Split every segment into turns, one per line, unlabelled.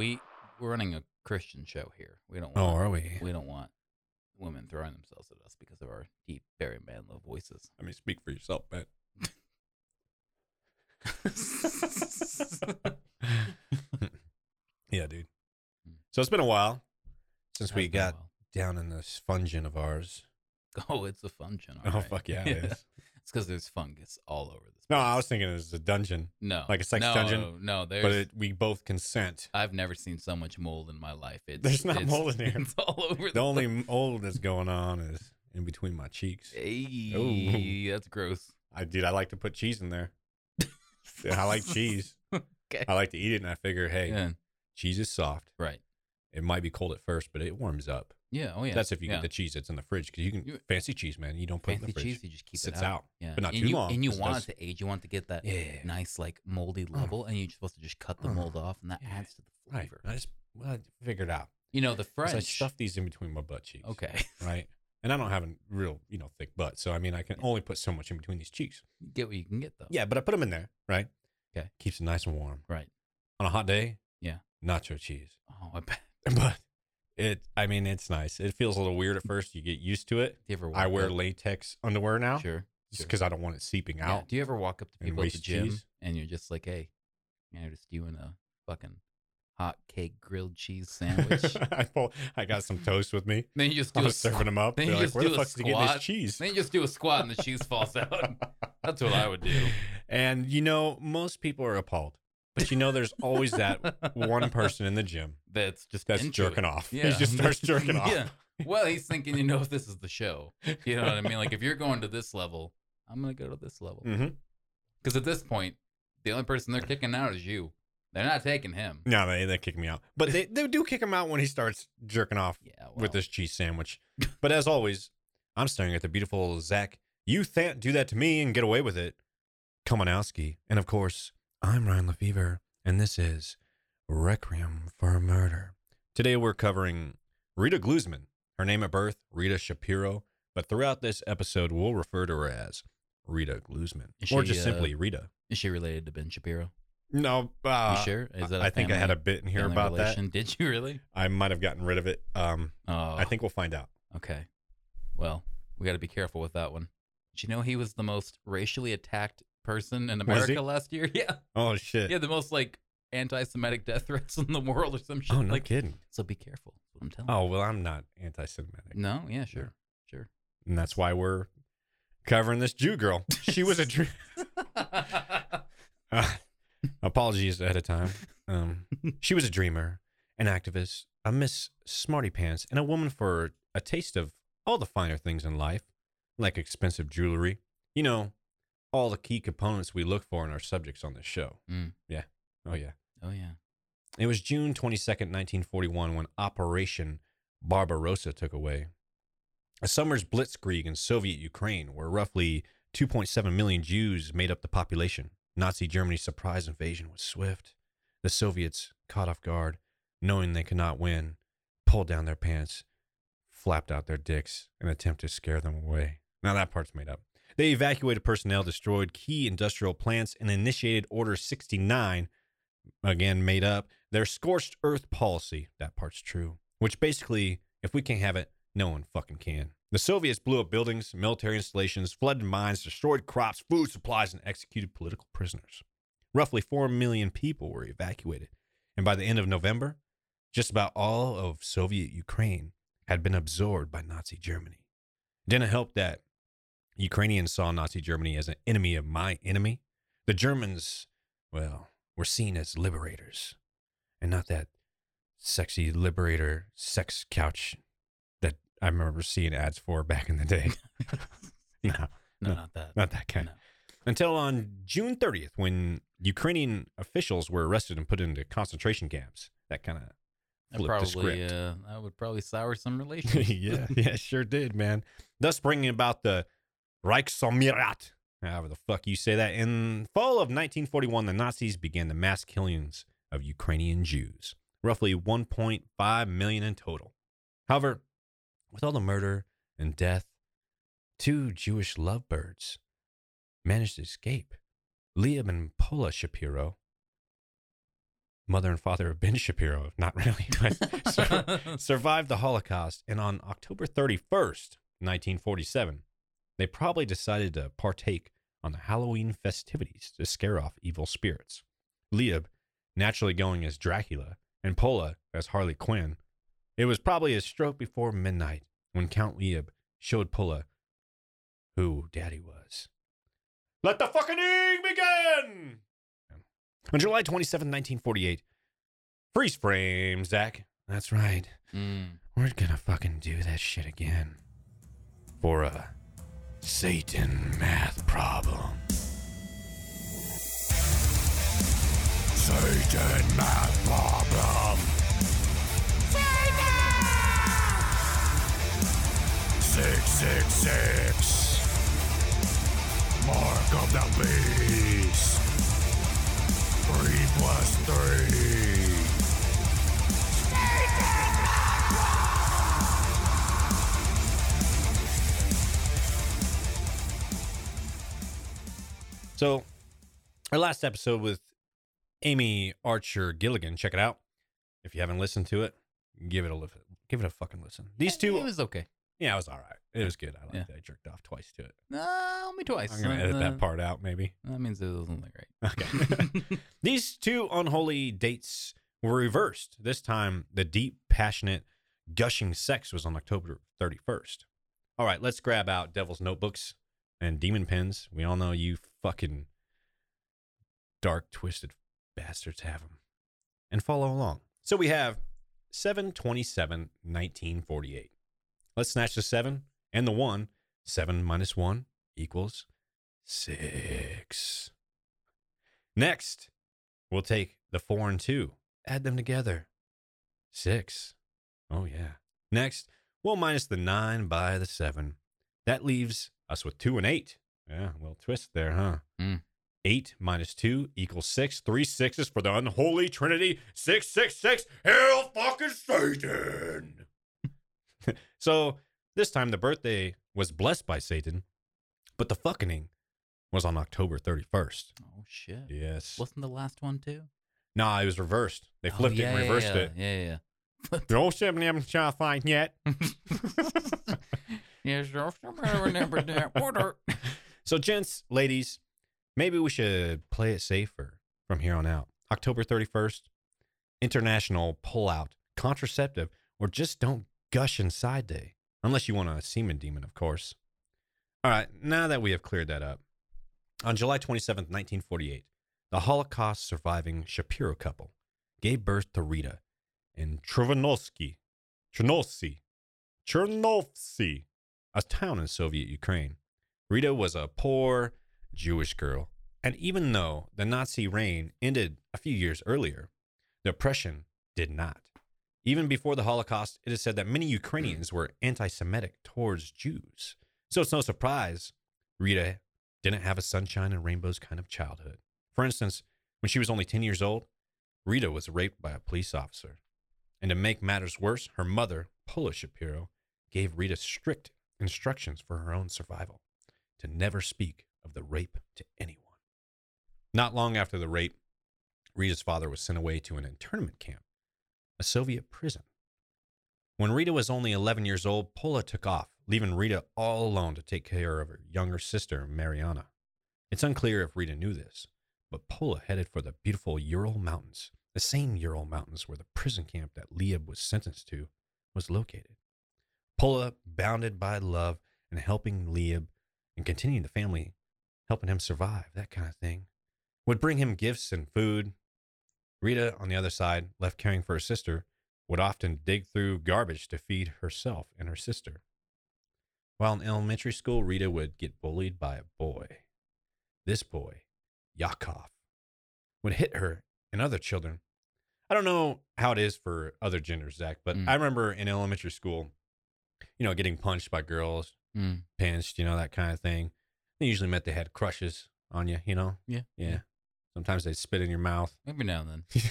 we're running a Christian show here. We don't.
Oh,
Want,
are we?
We don't want women throwing themselves at us because of our deep, very man low voices.
I mean, speak for yourself, man. yeah, dude. So it's been a while since we
Has been a
got
while.
down in this fungin of ours.
Oh, it's a function.
oh, fuck yeah, it is.
It's because there's fungus all over this.
No, I was thinking it was a dungeon,
No,
like a sex
no,
dungeon,
No, there's.
but it, we both consent.
I've never seen so much mold in my life. It's,
There's not
it's-
mold in here.
It's all over.
The only mold that's going on is in between my cheeks.
Hey, that's gross.
I dude, I like to put cheese in there. Yeah, I like cheese.
Okay.
I like to eat it, and I figure, hey,
Yeah,
cheese is soft.
right.
It might be cold at first, but it warms up.
Yeah. Oh yeah.
That's if you
Yeah.
get the cheese that's in the fridge because you can
You-
fancy cheese, man. You don't put it in
fancy
the fridge.
cheese. You just keep
sits
it out.
out.
Yeah.
but not
and
too
you,
long,
And you
'cause it
want
does-
it to age. You want it to get that
Yeah.
nice like moldy level, and you're supposed to just cut the
Mm.
mold off, and that
Yeah.
adds to the
Right.
flavor.
I just well, I figured out.
You know the
'Cause
French.
I stuffed these in between my butt cheeks.
okay.
Right. And I don't have a real, you know, thick butt, so I mean, I can only put so much in between these cheeks.
You get what you can get though.
Yeah, but I put them in there. Right.
Okay.
Keeps it nice and warm.
Right.
On a hot day.
Yeah.
Nacho cheese.
Oh, I bet.
but it i mean it's nice it feels a little weird at first you get used to it
Do you ever? Walk
i wear
up?
latex underwear now just 'cause
Sure. sure.
because i don't want it seeping
Yeah,
out
Do you ever walk up to
and
people at the
waste
gym
cheese.
and you're just like, hey, I noticed you in a fucking hot cake grilled cheese sandwich.
I, pull, I got some toast with me
then you just
i
do a
was
squ-
serving them up
then
they're
you
like
just
where the
do a
fuck did you get
squat,
this cheese
Then you just do a squat and the cheese falls out. That's what I would do.
and you know most people are appalled but you know there's always that one person in the gym
that's just
that's
into
jerking
it.
off
Yeah.
he just starts jerking off
Yeah. Well, he's thinking, you know, if this is the show, you know what I mean? Like, if you're going to this level, I'm going to go to this level.
hmm
Because at this point, the only person they're kicking out is you. They're not taking him.
no they, they kick me out but they, they do kick him out when he starts jerking off
Yeah.
with
well,
this cheese sandwich. But as always, I'm staring at the beautiful Zach. You can't do that to me and get away with it. Komanowski. And of course, I'm Ryan Lefevre, and this is Requiem for a Murder. Today we're covering Rita Glusman, her name at birth, Rita Shapiro. But throughout this episode, we'll refer to her as Rita Glusman,
Is
or
she,
just
uh,
simply Rita.
Is she related to Ben Shapiro?
No,
You
uh,
sure? Is that a
I think I had a bit in here
family
about
relation? Did you really?
that. I might have gotten rid of it. Um,
Oh,
I think we'll find out.
Okay. Well, we got to be careful with that one. Did you know he was the most racially attacked person in
he?
America last year? Yeah.
Oh shit!
Yeah, the most like anti-Semitic death threats in the world or some shit.
oh no,
like,
kidding.
so be careful. That's what I'm telling.
Oh well, I'm not anti-Semitic,
you. No. Yeah. Sure. Sure.
and that's why we're covering this Jew girl. She was a Jew. apologies ahead of time. Um, she was a dreamer, an activist, a Miss Smarty Pants, and a woman for a taste of all the finer things in life, like expensive jewelry. You know, all the key components we look for in our subjects on this show.
Mm.
Yeah. Oh yeah.
oh yeah.
It was June 22nd, 1941, when Operation Barbarossa took away. A summer's blitzkrieg in Soviet Ukraine, where roughly 2.7 million Jews made up the population. Nazi Germany's surprise invasion was swift. The Soviets, caught off guard, knowing they could not win, pulled down their pants, flapped out their dicks, and attempted to scare them away. Now that part's made up. They evacuated personnel, destroyed key industrial plants, and initiated Order 69, again made up their scorched earth policy that part's true which basically if we can't have it no one fucking can the soviets blew up buildings military installations flooded mines destroyed crops food supplies and executed political prisoners roughly 4 million people were evacuated and by the end of november just about all of soviet ukraine had been absorbed by nazi germany didn't help that ukrainians saw nazi germany as an enemy of my enemy the germans well were seen as liberators and not that sexy liberator sex couch that I remember seeing ads for back in the day. no,
No,
No.
not that.
not that kind.
No.
Until on June 30th, when Ukrainian officials were arrested and put into concentration camps. That kind of
That
Flip the
probably.
script.
Uh, that would probably sour some relations.
yeah, yeah, sure did, man. Thus bringing about the Reichsmeirat, however the fuck you say that. In fall of 1941, the Nazis began the mass killings of Ukrainian Jews, roughly 1.5 million in total. However, with all the murder and death, two Jewish lovebirds managed to escape. Leah and Paula Shapiro mother and father of Ben Shapiro, not really, but sur- survived the Holocaust. And on October 31st, 1947, they probably decided to partake on the Halloween festivities to scare off evil spirits. Leib naturally going as Dracula and Pola as Harley Quinn. It was probably a stroke before midnight when Count Leib showed Pola who daddy was. Let the fucking begin! On July 27, 1948, freeze frame, Zach. That's right.
Mm.
We're gonna fucking do that shit again. For a Satan math problem.
Satan math problem. Six six six. Mark of the beast. Three plus three.
So, our last episode with Amy Archer Gilligan. Check it out. If you haven't listened to it, give it a listen. Give it a fucking listen. These
It
two,
was okay.
yeah, it was all right. It was good. I liked
Yeah.
it. I jerked off twice to it.
No, only twice.
I'm gonna edit
Uh,
that part out, maybe.
That means it doesn't look right.
Okay. These two unholy dates were reversed. This time, the deep, passionate, gushing sex was on October 31st. All right, let's grab out Devil's Notebooks and Demon Pens. We all know you fucking dark, twisted bastards have them. And follow along. So we have 727, 1948. Let's snatch the 7 and the 1. 7 minus 1 equals 6. Next, we'll take the four and two, add them together. Six. Oh, yeah. Next, we'll minus the nine by the seven. That leaves us with two and eight. Yeah, well, twist there, huh?
Mm.
Eight minus two equals six. Three sixes for the unholy trinity. Six, six, six. Hail fucking Satan. so this time the birthday was blessed by Satan, but the fucking was on October 31st.
oh shit!
Yes.
Wasn't the last one too?
No, it was reversed. They
Oh,
flipped
yeah,
it and
yeah,
reversed
yeah,
it.
Yeah, yeah. yeah.
The old seven haven't shot fine yet.
Yes, sir. I remember that order.
So, gents, ladies, maybe we should play it safer from here on out. October 31st, International Pullout Contraceptive or Just Don't Gush Inside Day, unless you want a semen demon, of course. All right, now that we have cleared that up, on July 27th, 1948, the Holocaust surviving Shapiro couple gave birth to Rita and Trevanovsky, Chernovsky, Chernovsky, a town in Soviet Ukraine. Rita was a poor Jewish girl. And even though the Nazi reign ended a few years earlier, the oppression did not. Even before the Holocaust, it is said that many Ukrainians were anti Semitic towards Jews. So it's no surprise Rita didn't have a sunshine and rainbows kind of childhood. For instance, when she was only 10 years old, Rita was raped by a police officer. And to make matters worse, her mother, Pola Shapiro, gave Rita strict instructions for her own survival to never speak of the rape to anyone. Not long after the rape, Rita's father was sent away to an internment camp, a Soviet prison. When Rita was only 11 years old, Pola took off, leaving Rita all alone to take care of her younger sister, Mariana. It's unclear if Rita knew this, but Pola headed for the beautiful Ural Mountains, the same Ural Mountains where the prison camp that Lieb was sentenced to was located. Pola, bounded by love and helping Lieb and continuing the family, helping him survive, that kind of thing, would bring him gifts and food. Rita, on the other side, left caring for her sister, would often dig through garbage to feed herself and her sister. While in elementary school, Rita would get bullied by a boy. This boy, Yakov, would hit her and other children. I don't know how it is for other genders, Zach, but
Mm.
I remember in elementary school, you know, getting punched by girls
Mm.
pinched, you know, that kind of thing. They usually meant they had crushes on you, you know?
Yeah.
Yeah. Sometimes they spit in your mouth.
Every now and then.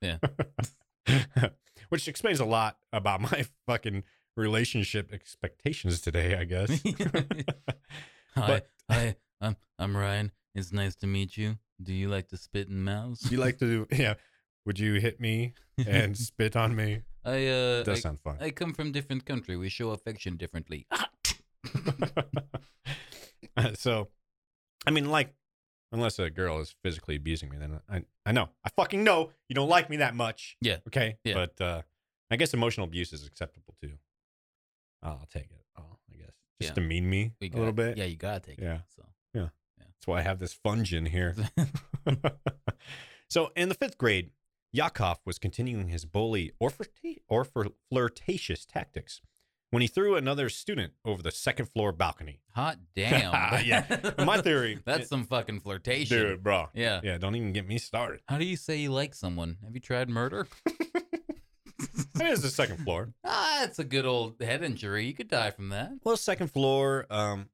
Yeah.
Which explains a lot about my fucking relationship expectations today, I guess.
Hi,
But-
hi. I'm I'm Ryan. It's nice to meet you. Do you like to spit in mouths?
you like to, yeah. Would you hit me and spit on me?
I uh,
That does
I-
sound fun.
I come from different country. We show affection differently.
so, I mean, like, unless a girl is physically abusing me, then I, I know, I fucking know you don't like me that much.
Yeah.
Okay.
Yeah.
But uh, I guess emotional abuse is acceptable too. I'll take it. Oh, I guess just
Yeah.
to mean me
We
a little
gotta-
bit.
Yeah, you gotta take
Yeah.
it. So.
That's why I have this funge in here. so in the fifth grade, Yakov was continuing his bully or, flirta- or flir- flirtatious tactics when he threw another student over the second floor balcony.
Hot damn.
Yeah. My theory-
That's some fucking flirtation.
Dude, bro.
Yeah.
Yeah, don't even get me started.
How do you say you like someone? Have you tried murder?
It is the second floor.
ah, it's a good old head injury. You could die from that.
Well, second floor, um,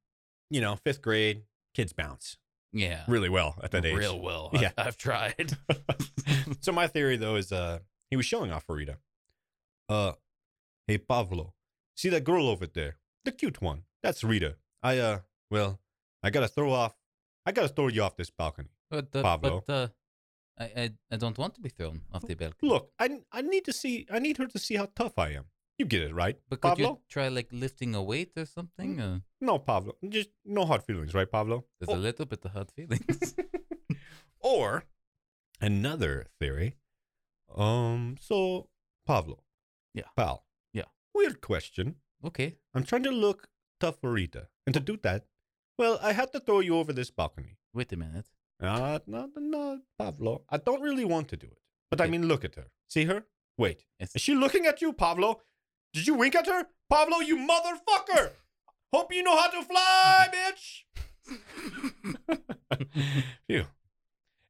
you know, fifth grade, kids bounce
Yeah.
really well at that age.
Real well. I've-
Yeah.
I've tried.
so my theory though is uh he was showing off for Rita. Uh hey Pavlo, see that girl over there? The cute one. That's Rita. I uh well, I gotta throw off I gotta throw you off this balcony.
But, uh,
Pablo.
But, uh, I, I, I don't want to be thrown off the balcony.
Look, I I need to see I need her to see how tough I am. You get it, right?
But could you
Pablo? Mm,
try like lifting a weight or something? Uh,
No, Pablo. Just no hard feelings, right, Pablo?
there's
Oh,
a little bit of hard feelings.
Or another theory. Um, so Pablo.
Yeah.
Pal.
Yeah.
Weird question.
okay.
I'm trying to look tough for Rita. And to do that, well, I had to throw you over this balcony.
Wait a minute.
Ah, no, no, no, Pablo. I don't really want to do it. But I
Okay.
mean, look at her. See her? Wait.
It's-
Is she looking at you, Pablo? Did you wink at her? Pablo, you motherfucker! Hope you know how to fly, bitch! Phew.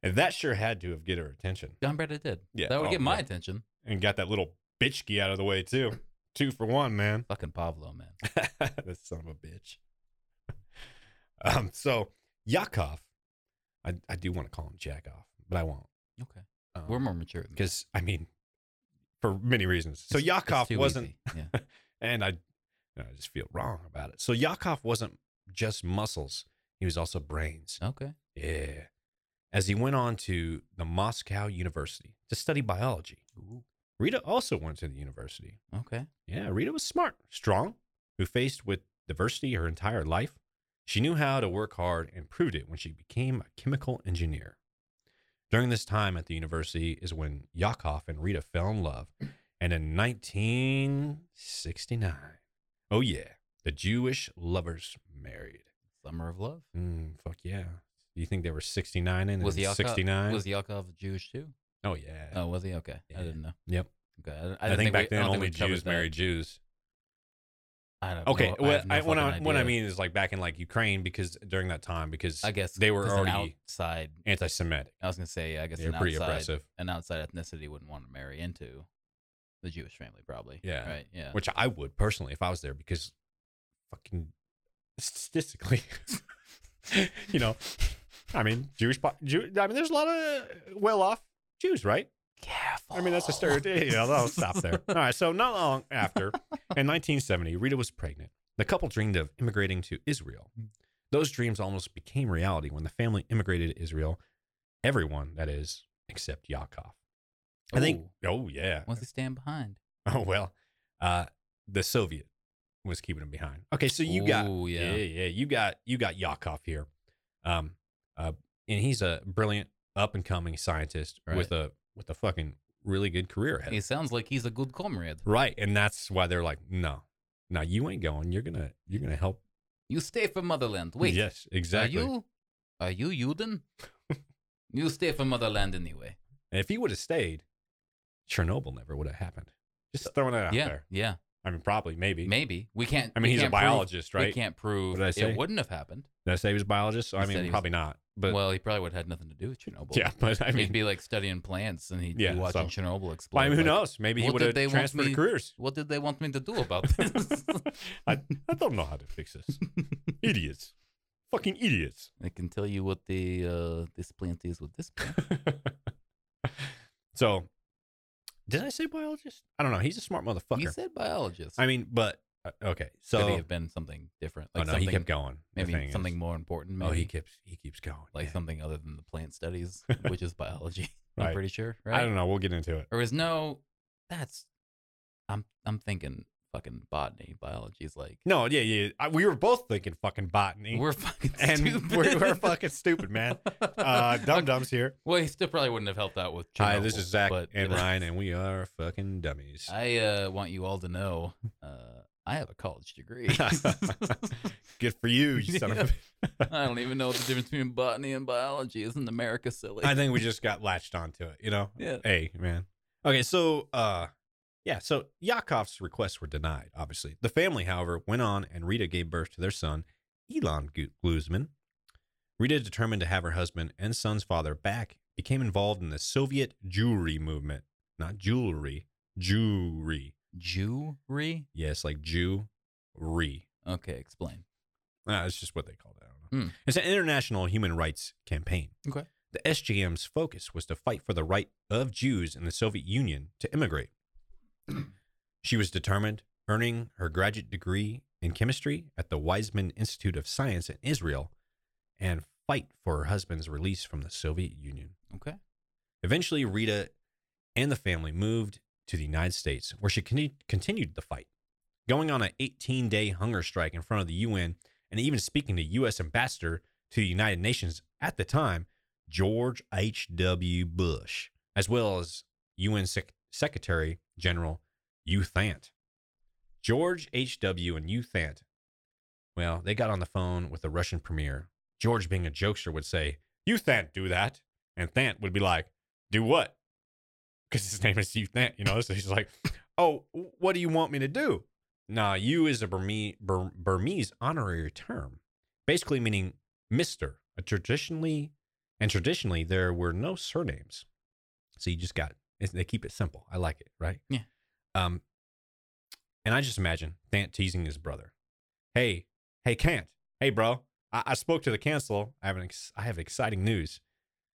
And that sure had to have get her attention.
John Brady did.
Yeah.
That would
Oh,
get my
yeah.
attention.
And got that little bitchki out of the way, too. Two for one, man.
Fucking Pablo, man.
this son of a bitch. Um, so Yakov, I, I do want to call him Jakov, but I won't.
Okay. We're more mature than that.
because I mean, for many reasons. So
It's- it's
Yakov
too
wasn't,
easy. Yeah.
and I, you know, I just feel wrong about it. So Yakov wasn't just muscles; he was also brains.
Okay.
Yeah. As he went on to the Moscow University to study biology, Rita also went to the university.
Okay.
Yeah, Rita was smart, strong, who faced with diversity her entire life. She knew how to work hard and proved it when she became a chemical engineer. During this time at the university is when Yakov and Rita fell in love. And in 1969, oh yeah, the Jewish lovers married.
Summer of Love.
Mm, fuck yeah. Do you think they were 69 and
Was
then
Yakov
69?
was Yakov Jewish too?
oh yeah.
Oh, was he? Okay.
Yeah.
I didn't know.
Yep.
Okay. I, didn't-
I,
didn't
think, back
we- I
then
don't think
only
we covered
Jews
that.
married Jews.
I don't
Okay,
know. I
well,
have no
I, what, I,
fucking
what I
idea.
mean is like back in like Ukraine because during that time because
I guess
they were
'cause an
already
outside.
anti-Semitic.
I was gonna say, I guess
They were
an
pretty
outside,
oppressive,
an outside ethnicity wouldn't want to marry into the Jewish family, probably.
Yeah.
Right. Yeah.
which I would personally if I was there because fucking statistically, you know, I mean Jewish, po- Jew, I mean there's a lot of well-off Jews, right?
Careful.
I mean that's a stereotype. yeah, I'll stop there. All right, so not long after, in 1970, Rita was pregnant. The couple dreamed of immigrating to Israel. Those dreams almost became reality when the family immigrated to Israel. Everyone, that is, except Yakov. I think. Oh yeah.
Once they stand behind.
Oh well. Uh, the Soviet was keeping him behind. Okay, so you got.
Ooh,
Yeah. yeah,
yeah.
You got you got Yakov here, um, uh, and he's a brilliant up and coming scientist with a with a fucking really good career ahead. of
He sounds like he's a good comrade.
Right, and that's why they're like, no, no, you ain't going. You're gonna, you're gonna help.
You stay for motherland. Wait.
yes, exactly.
Are you? Are you Juden? you stay for motherland anyway.
And if he would have stayed, Chernobyl never would have happened. Just throwing it out
yeah.
there.
Yeah.
I mean, probably, maybe.
Maybe we can't.
I mean,
we
he's a
can't prove-
biologist,
We
right?
can't prove
What did I say?
it wouldn't have happened.
Did I say he was a biologist? I
You said he
mean,
was-
probably not. But
well, he probably would have had nothing to do with Chernobyl.
yeah, but I mean,
he'd be like studying plants, and he'd
Yeah,
be watching
so-
Chernobyl explode.
well, I mean, who
like,
knows? Maybe he
what
would
did
have
they want
transferred
me-
careers.
What did they want me to do about this?
I, I don't know how to fix this. idiots, fucking idiots.
I can tell you what the uh, this plant is with this plant.
so, did I say biologist? I don't know. He's a smart motherfucker.
You said biologist.
I mean, but uh, okay. So
Could he have been something different?
oh no, he
something-
kept going. The thing
Maybe
is-
something more important. Maybe.
Oh, he keeps he keeps going.
like
yeah.
something other than the plant studies, which is biology. I'm
Right.
pretty sure, right?
I don't know. We'll get into it.
Or is no? That's I'm I'm thinking fucking botany. Biology is like
No, yeah, yeah. I, we were both thinking fucking botany.
we're fucking
and
stupid.
we're, we're fucking stupid, man. Uh, Dum Dum's here.
Well, he still probably wouldn't have helped out with.
Hi, this
Chernobyl,
is Zach
but- uh,
and Ryan, and we are fucking dummies.
I uh, want you all to know uh, I have a college degree.
Good for you, you son of a.
I don't even know what the difference between botany and biology is in America, silly.
I think we just got latched onto it, you know?
Yeah.
Hey, man. Okay, so uh yeah, so Yaakov's requests were denied, obviously. The family, however, went on and Rita gave birth to their son, Elon Gu- Glusman. Rita, determined to have her husband and son's father back, became involved in the Soviet Jewry movement. Not jewelry, Jewry.
Jewry?
Yes, like Jewry.
Okay, explain.
Uh, that's just what they called it. I don't know.
Hmm.
It's an international human rights campaign.
Okay.
The SJM's focus was to fight for the right of Jews in the Soviet Union to immigrate. she was determined, earning her graduate degree in chemistry at the Weizmann Institute of Science in Israel, and fight for her husband's release from the Soviet Union.
Okay.
Eventually, Rita and the family moved to the United States, where she con- continued the fight, going on an 18 day hunger strike in front of the UN and even speaking to U.S. Ambassador to the United Nations at the time, George H.W. Bush, as well as UN Sec- Secretary General U Thant. George H.W. and U Thant, well, they got on the phone with the Russian premier. George, being a jokester, would say, You Thant, do that. And Thant would be like, Do what? Because his name is U Thant, you know? So he's like, Oh, what do you want me to do? Nah, you is a Burmese, Bur- Burmese honorary term, basically meaning Mister. A traditionally, and traditionally, there were no surnames, so you just got. it's- They keep it simple. I like it, right?
Yeah.
Um, and I just imagine Thant teasing his brother. Hey, hey, Kant. Hey, bro. I, I spoke to the council. I have an ex- I have exciting news.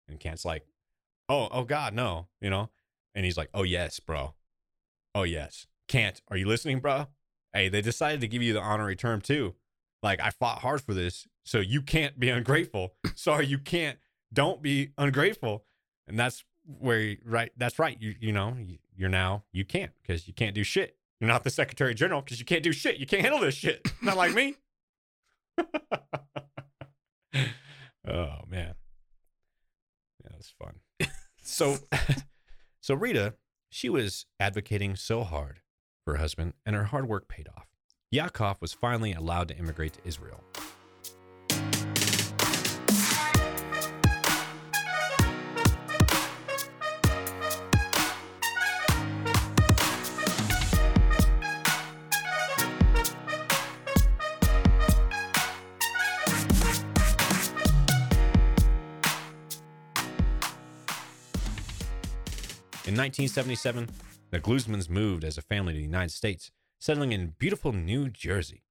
And Kant's like, oh, oh God, no, you know. And he's like, oh yes, bro. Oh yes, Kant. Are you listening, bro? Hey, they decided to give you the honorary term too. Like I fought hard for this, so you can't be ungrateful. Sorry, you can't. Don't be ungrateful. And that's where you- right. That's right. You you know you, you're now you can't because you can't do shit. You're not the Secretary General because you can't do shit. You can't handle this shit. Not like me. oh man, yeah, that's fun. So, so Rita, she was advocating so hard for her husband, and her hard work paid off. Yakov was finally allowed to immigrate to Israel. In 1977, the Glusmans moved as a family to the United States, settling in beautiful New Jersey.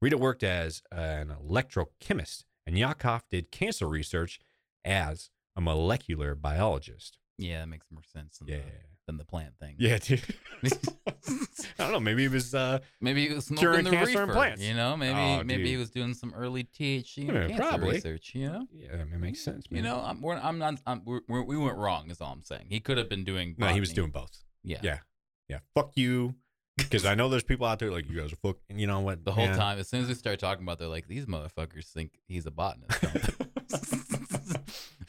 Rita worked as an electrochemist, and Yakov did cancer research as a molecular biologist.
Yeah, that makes more sense than,
Yeah.
the, than the plant thing.
Yeah, dude. I don't know. Maybe it was uh,
Maybe he was
Curing
smoking the
cancer in
reefer.
plants.
You know, maybe
Oh,
maybe he
dude.
was doing some early THC and
Yeah,
cancer
probably.
research. You know,
Yeah, I mean, it makes sense.
you
man.
know, I'm, we're, I'm not. I'm, we're, we're, we went wrong. Is all I'm saying. He could have been doing.
no, he was
botany.
doing both.
Yeah.
Yeah, yeah. Fuck you, because I know there's people out there like you guys are fuck. And you know what?
The whole
man?
time, as soon as we start talking about, it, they're like, "These motherfuckers think he's a botanist." don't they?"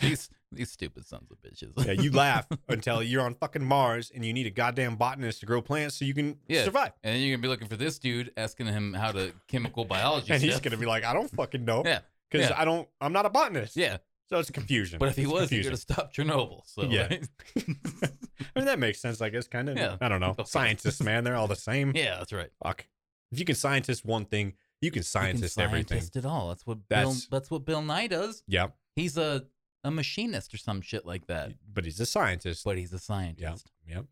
these these stupid sons of bitches.
Yeah, you laugh until you're on fucking Mars and you need a goddamn botanist to grow plants so you can
Yeah.
survive.
And then you're gonna be looking for this dude, asking him how to chemical biology.
And he's
stuff.
gonna be like, I don't fucking know.
Yeah,
Because
yeah.
I don't I'm not a botanist.
yeah.
So it's confusion.
But if he
It's
was, he
confusing.
could have stopped Chernobyl. So
Yeah.
right?
I mean that makes sense, I guess, kinda.
Yeah.
I don't know.
Okay.
Scientists, man, they're all the same.
yeah, that's right.
Fuck. If you can scientist one thing, you
You
can
can
scientist everything.
scientist it all. That's what
That's-
Bill. That's what Bill Nye does.
Yeah.
He's a a machinist or some shit like that.
But he's a scientist.
But he's a scientist.
Yep.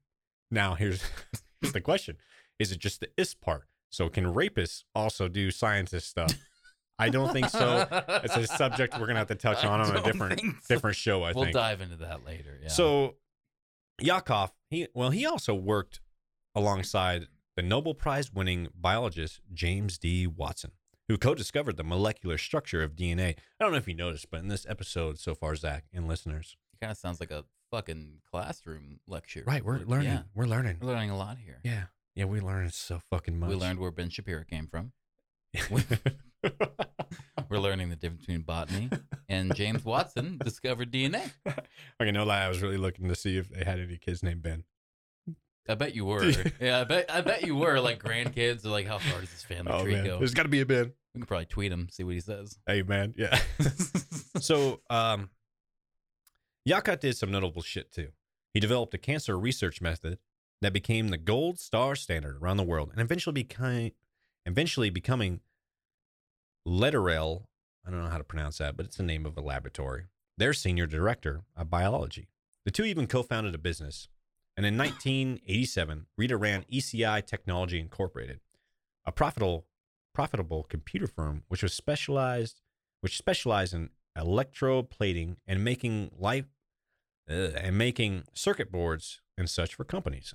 Now here's here's the question: Is it just the is part? So can rapists also do scientist stuff? I don't think so. It's a subject we're gonna have to touch on on a different different show. I
we'll
think.
dive into that later. Yeah.
So Yakov, he well, he also worked alongside the Nobel Prize winning biologist James D. Watson, who co-discovered the molecular structure of DNA. I don't know if you noticed, but in this episode so far, Zach and listeners,
it kind of sounds like a fucking classroom lecture.
Right, we're
Like,
learning.
yeah.
We're learning.
We're learning a lot here.
Yeah. Yeah, we learned so fucking much.
We learned where Ben Shapiro came from. We're learning the difference between botany and James Watson discovered DNA.
okay, no lie, I was really looking to see if they had any kids named Ben.
I bet you were. Yeah, I bet I bet you were like grandkids or like how far does this family
Oh
tree
man,
go?
there's got to be a Ben.
We can probably tweet him, see what he says.
Hey man, yeah. so, um, Yakat did some notable shit too. He developed a cancer research method that became the gold star standard around the world, and eventually became, eventually becoming Letterel. I don't know how to pronounce that, but it's the name of a laboratory. Their senior director of biology. The two even co-founded a business, and in 1987, Rita ran ECI Technology Incorporated, a profitable profitable computer firm which was specialized which specialized in electroplating and making life ugh, and making circuit boards and such for companies.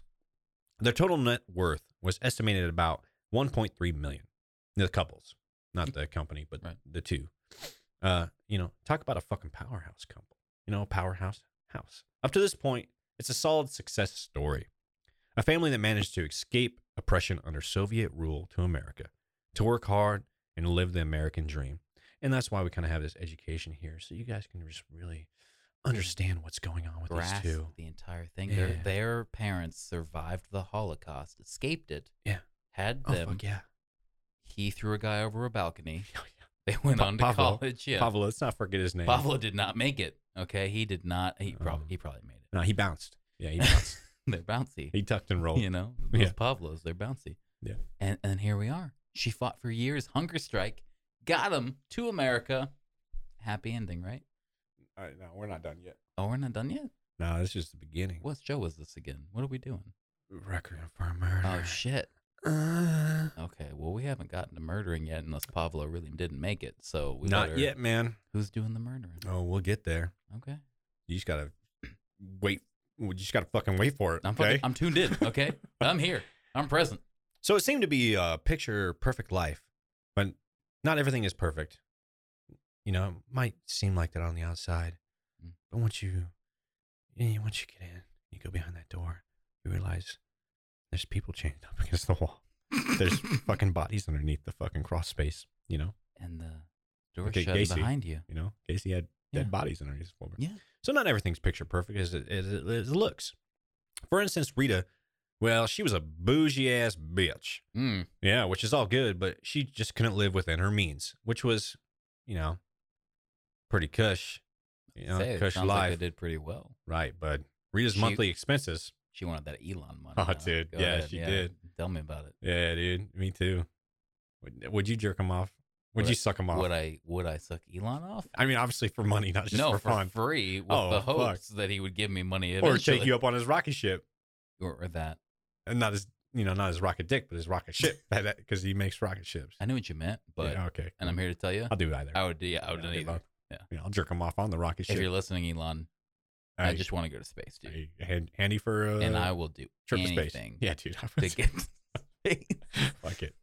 Their total net worth was estimated at about 1.3 million. The couples, not the company, but
Right.
the two. Uh, you know, talk about a fucking powerhouse couple. You know, a powerhouse house. Up to this point, it's a solid success story. A family that managed to escape oppression under Soviet rule to America, to work hard and live the American dream. And that's why we kind of have this education here, so you guys can just really understand what's going on with
Grasp
these two.
the entire thing. Their
Yeah.
their parents survived the Holocaust, escaped it.
Yeah.
Had
Oh
them.
fuck yeah,
He threw a guy over a balcony.
Oh,
They went
Pa-
on to
Pavlo.
college. Yeah.
Pablo. Let's not forget his name.
Pablo did not make it. Okay, he did not. He probably
Um,
he probably made
No, he bounced. Yeah, he
it.
bounced.
they're bouncy.
he tucked and rolled.
You know, those
Yeah.
Pablos, they're bouncy.
Yeah.
And and here we are. She fought for years, hunger strike, got him to America. Happy ending, right?
All right, no, we're not done yet.
Oh, we're not done yet.
No, this is just the beginning.
What show was this again? What are we doing?
Record for a murder.
Oh shit.
Uh,
Okay. Well, we haven't gotten to murdering yet, unless Pablo really didn't make it. So we
not
better-
yet, man.
Who's doing the murdering?
Oh, we'll get there.
Okay.
You just gotta wait. You just gotta fucking wait for it.
I'm
okay.
fucking, I'm tuned in. Okay. I'm here. I'm present.
So it seemed to be a picture perfect life, but not everything is perfect. You know, it might seem like that on the outside,
Mm.
but once you, yeah, once you get in, you go behind that door, you realize there's people chained up against the wall. There's fucking bodies underneath the fucking cross space. You know,
And the door
Okay,
shut
Casey.
behind you.
you know, Casey had dead
Yeah.
bodies underneath his floor.
Yeah.
So not everything's picture perfect as it, as it, as it looks. For instance, Rita, well, she was a bougie ass bitch.
Mm.
Yeah, which is all good, but she just couldn't live within her means, which was, you know, pretty cush. You know,
Say, it
cush
sounds like
life.
they did pretty well.
right, bud. Rita's
She-
monthly expenses.
She wanted that Elon money.
Oh,
huh?
dude. Yeah, she did.
Tell me about it.
Yeah, dude. Me too. Would, would you jerk him off? Would,
Would
you
I-
suck him off?
Would I would I suck Elon off?
I mean, obviously for money, not just
no,
for fun.
free with
Oh,
the
fuck.
hopes that he would give me money
or take
eventually.
you up on his rocket ship,
or, or that.
and not his, you know, not his rocket dick, but his rocket ship, because he makes rocket ships.
I knew what you meant, but
Yeah, okay,
and I'm here to tell you,
I'll do either.
I would do. Yeah, I would
Yeah,
do
I'll do
either.
both.
Yeah.
You know, I'll jerk him off on the rocket
If you're
ship.
listening, Elon, I, just want to go to space, dude,
I- hand, handy for uh,
and I will do
trip to space.
anything
Yeah, dude. I
to
was,
get to space.
fuck it.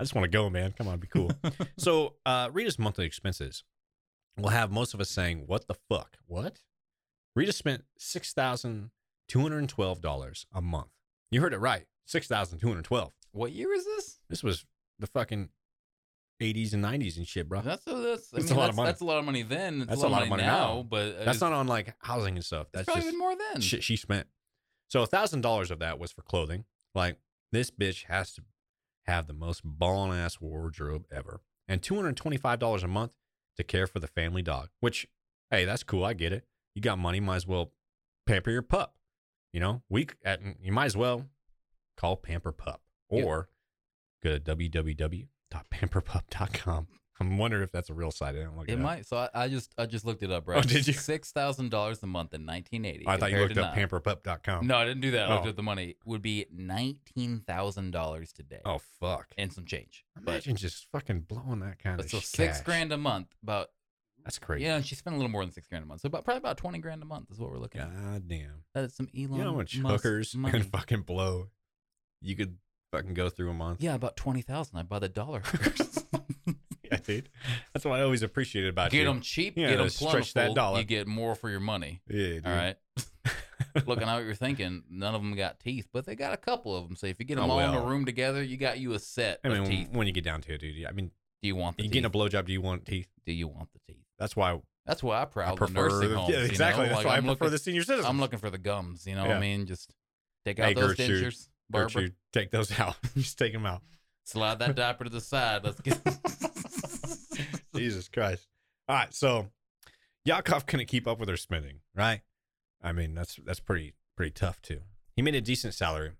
I just want to go, man. Come on, be cool. so, uh, Rita's monthly expenses will have most of us saying, "What the fuck? What?" Rita spent six thousand two hundred twelve dollars a month. You heard it right, six thousand two hundred twelve.
What year is this?
This was the fucking eighties and nineties and shit, bro. That's,
That's a, that's, I
That's Uh, a
mean,
lot
that's,
of money.
That's a lot of money then. That's a lot, of money now, but uh, it's-
not on like housing and stuff.
It's
That's
probably
just
even more then.
shit she spent. So a thousand dollars of that was for clothing. Like this bitch has to have the most ballin' ass wardrobe ever, and two hundred twenty five dollars a month to care for the family dog. Which, hey, that's cool. I get it. You got money, might as well pamper your pup. You know, we c- at you might as well call Pamper Pup
Yeah.
or go to www.pamperpup.com. I'm wondering if that's a real site. I didn't look
It
it, up.
might. So I, I just I just looked it up. Right?
Oh, did you?
Six thousand dollars a month in 1980.
I thought you
compared to
looked up
now.
pamperpup.com.
No, I didn't do that. I looked
Oh.
up the money. Would be nineteen thousand dollars today.
Oh fuck.
and some change. But,
Imagine just fucking blowing that kind
but
of
so
sh-
six
cash.
grand a month. About
That's crazy.
yeah, and she spent a little more than six grand a month. So about probably about twenty grand a month is what we're looking at.
God damn.
That is some Elon
You know how much
Musk
hookers
money.
and fucking blow you could fucking go through a month.
yeah, about twenty thousand. I buy the dollar. hookers.
Yeah, dude. That's what I always appreciated about
get
you.
them cheap.
Yeah,
get them
stretch that
plentiful.
dollar.
You get more for your money.
Yeah, dude.
All right. looking at what you're thinking. None of them got teeth, but they got a couple of them. So if you get them
Oh,
all in
well.
a room together, you got you a set
I mean,
of teeth.
when, when you get down to it, dude. yeah, I mean,
Do you want the
you
teeth?
getting a blowjob? Do you want teeth?
Do you want the teeth?
That's why
That's why I
I
prowl the
prefer.
nursing
the-
homes.
yeah, exactly.
You know?
That's
Like,
why i
I'm
prefer
looking,
the senior citizens.
I'm looking for the gums. You know what
Yeah.
I mean? Just take out
Hey,
those
Gertrude.
dentures, Barbara.
Gertrude, take those out. Just take them out.
Slide that diaper to the side. Let's get.
Jesus Christ. All right, so Yakov couldn't keep up with her spending, right? I mean, that's that's pretty pretty tough too. He made a decent salary,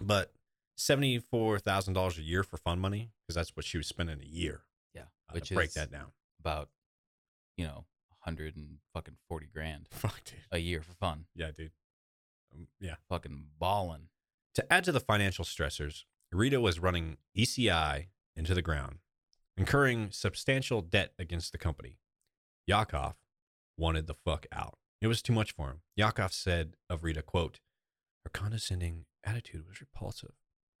but seventy four thousand dollars a year for fun money because that's what she was spending a year.
yeah,
Uh,
which
to break
is
that down.
about, you know, hundred and fucking forty grand
Fuck, dude.
a year for fun.
Yeah, dude. Um, yeah.
Fucking balling.
To add to the financial stressors, Rita was running ECI into the ground, incurring substantial debt against the company. Yakov wanted the fuck out. It was too much for him. Yakov said of Rita, quote, her condescending attitude was repulsive,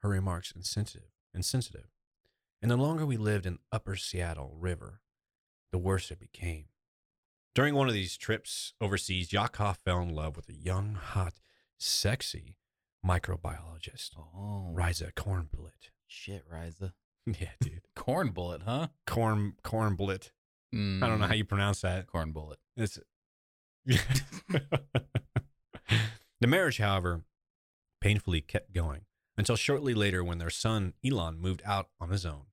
her remarks insensitive, insensitive. And the longer we lived in Upper Seattle River, the worse it became. During one of these trips overseas, Yakov fell in love with a young, hot, sexy microbiologist.
Oh,
Riza Cornblit.
Shit, Riza.
Yeah, dude.
Corn bullet, huh? Mm,
Corn Cornblit. I don't know how you pronounce that.
Corn bullet.
It's The marriage, however, painfully kept going until shortly later when their son Elon moved out on his own.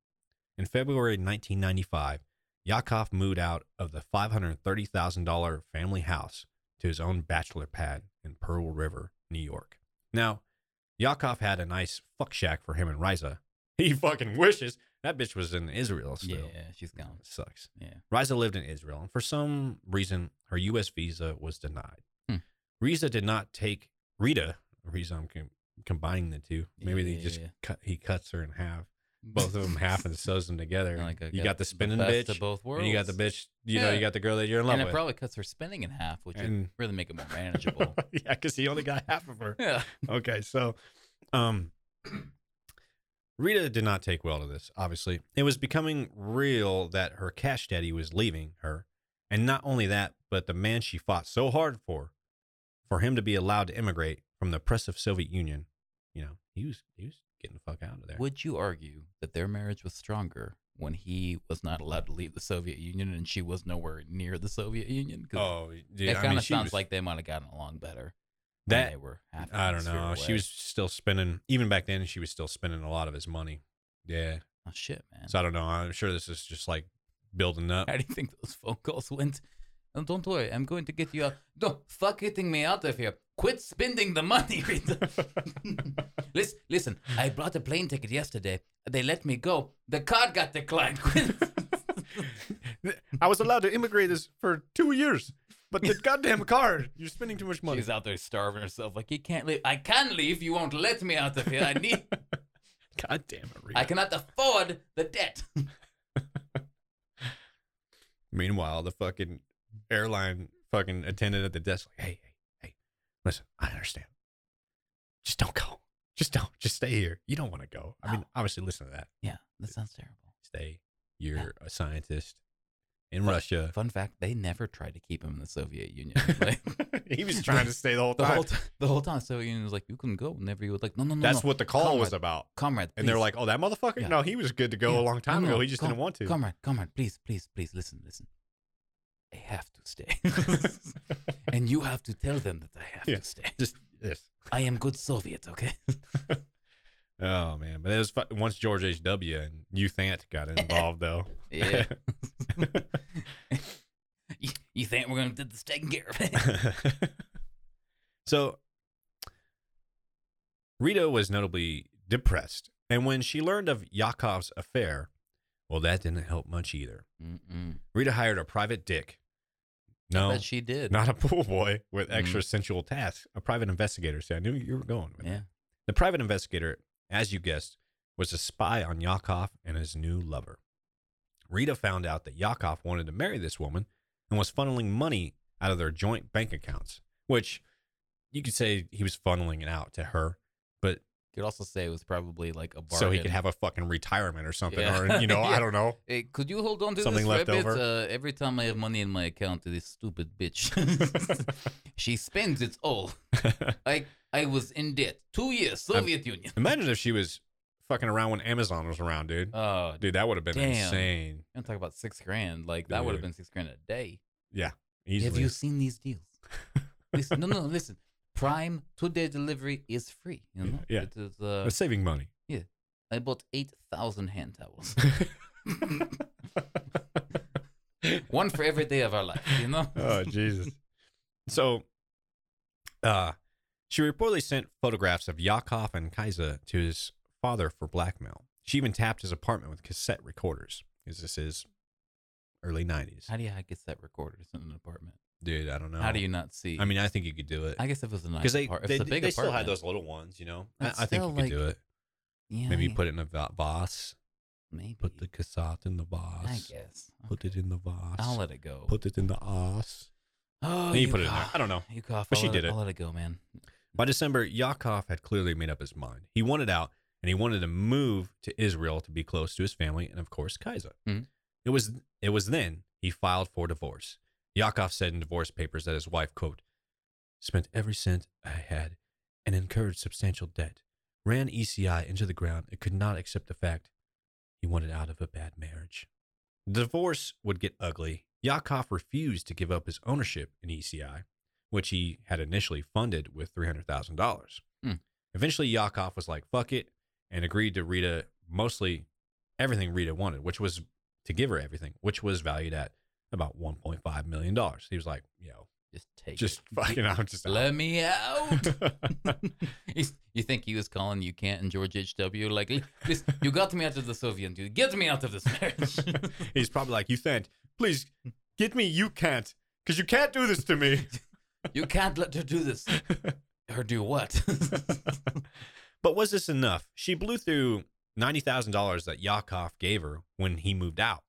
In February 1995, Yakov moved out of the $530,000 family house to his own bachelor pad in Pearl River, New York. Now, Yakov had a nice fuck shack for him and Riza. He fucking wishes that bitch was in Israel still.
Yeah, she's gone.
Sucks.
Yeah.
Riza lived in Israel, and for some reason, her U.S. visa was denied.
Hmm.
Riza did not take Rita. Riza, I'm com- combining the two. Maybe they just
Yeah.
cut. He cuts her in half. Both of them half and sews them together.
Like, I
you got the spinning
best
bitch,
Of both worlds.
and you got the bitch. You know,
Yeah.
you got the girl that you're in love
and it
with.
probably cuts her spinning in half, which
And-
would really make it more manageable.
yeah, because he only got half of her.
yeah.
okay, so um Rita did not take well to this, obviously. It was becoming real that her cash daddy was leaving her. And not only that, but the man she fought so hard for, for him to be allowed to immigrate from the oppressive Soviet Union, you know, he was he was getting the fuck out of there.
Would you argue that their marriage was stronger when he was not allowed to leave the Soviet Union and she was nowhere near the Soviet Union? 'Cause
oh, dude,
it
I
kind of
mean, she
sounds
was-
like they might have gotten along better. when
that.
they were half
I don't
hemisphere
know. She
away.
was still spending, even back then, she was still spending a lot of his money. Yeah.
oh, shit, man.
So I don't know. I'm sure this is just like building up.
How do you think those phone calls went? And don't worry, I'm going to get you out. No, fuck getting me out of here. Quit spending the money, Rita. listen, listen, I bought a plane ticket yesterday. They let me go. The card got declined. Quit.
I was allowed to immigrate this for two years, but the goddamn car, you're spending too much money.
She's out there starving herself. Like, you can't leave. I can leave. You won't let me out of here. I need.
God damn it, Rita.
I cannot afford the debt.
Meanwhile, the fucking airline fucking attendant at the desk, like, hey, hey, hey, listen, I understand. Just don't go. Just don't. Just stay here. You don't want to go. I mean, obviously, listen to that.
Yeah, that sounds terrible.
Stay. You're a scientist in Russia.
Fun fact: They never tried to keep him in the Soviet Union. Like,
he was trying to stay the whole
the
time.
whole time, the whole time, Soviet Union was like, "You can go whenever you would like." No, no, no.
That's
no.
what the call was
Comrade,
about.
comrade.
And they're
please.
like, oh, that motherfucker?
Yeah.
No, he was good to go
Yeah.
a long time
No, no,
ago. He just
com-
didn't want to.
Comrade, comrade, please, please, please, listen, listen. I have to stay, and you have to tell them that I have
Yeah.
to stay.
Just, yes.
I am good Soviet, okay?
Oh man, but it was fu- once George H. W. and Youthant got involved though.
Yeah. you, you think we're gonna get this taken care of?
so Rita was notably depressed, and when she learned of Yakov's affair, well, that didn't help much either.
Mm-mm.
Rita hired a private dick. No,
But she did.
not a pool boy with
Mm-hmm.
extra sensual tasks. A private investigator. See, I knew you were going. With that.
yeah.
The private investigator, as you guessed, was a spy on Yakov and his new lover. Rita found out that Yakov wanted to marry this woman and was funneling money out of their joint bank accounts, which you could say he was funneling it out to her, but
could also say it was probably like a bargain.
so he could have a fucking retirement or something,
Yeah.
or you know,
Yeah.
I don't know.
Hey, could you hold on to
Something
this
left
rabbit?
over?
Uh, every time I have money in my account, this stupid bitch, she spends it all. I I was in debt two years, Soviet Union.
Imagine if she was fucking around when Amazon was around, dude.
Oh, dude,
Dude, that would have been
Damn.
insane.
I'm talking about six grand. Like that would have been six grand a day.
Easily.
Have you seen these deals? listen, no, no, listen. Prime two day delivery is free. You know,
Yeah.
It is, uh,
That's saving money.
I bought eight thousand hand towels, one for every day of our life. You know,
oh Jesus. So uh she reportedly sent photographs of Yakov and Kaisa to his father for blackmail. She even tapped his apartment with cassette recorders. Because this is early nineties.
how do you I guess that recorders in an apartment?
Dude, I don't know.
How do you not see?
I mean I think you could do it.
I guess if it was a nice
Because they,
apart- if
they,
it's a
they
big
still had
apartment,
those little ones, you know. I,
That's
I think
still
you could
like-
do it.
yeah,
Maybe you
I-
put it in a va- vase.
maybe
Put the cassette in the
I
vase.
guess
Put it in the vase.
I'll let it go.
Put it in the ass.
oh,
Then you put it in there. I don't know.
You cough.
But
I'll
she
let
did it.
I'll let it go, man.
By December, Yakov had clearly made up his mind. He wanted out and he wanted to move to Israel to be close to his family and, of course, Kaisa.
Mhm.
It, was, it was then he filed for divorce. Yakov said in divorce papers that his wife, quote, spent every cent I had and incurred substantial debt, ran ECI into the ground and could not accept the fact he wanted out of a bad marriage. The divorce would get ugly. Yakov refused to give up his ownership in E ECI which he had initially funded with $300,000.
Hmm.
Eventually, Yakov was like, fuck it, and agreed to Rita mostly everything Rita wanted, which was to give her everything, which was valued at about $1.5 million. He was like, yo,
Just take. it.
just fucking, I'm just out.
Let me out. He's- you think he was calling you Kant and George H.W. like, "Lis- you got me out of the Soviet Union. Get me out of this marriage.
He's probably like, you can't, please get me, you can't, because you can't do this to me.
you can't let her do this. Her do what?
But was this enough? She blew through $90,000 that Yakov gave her when he moved out.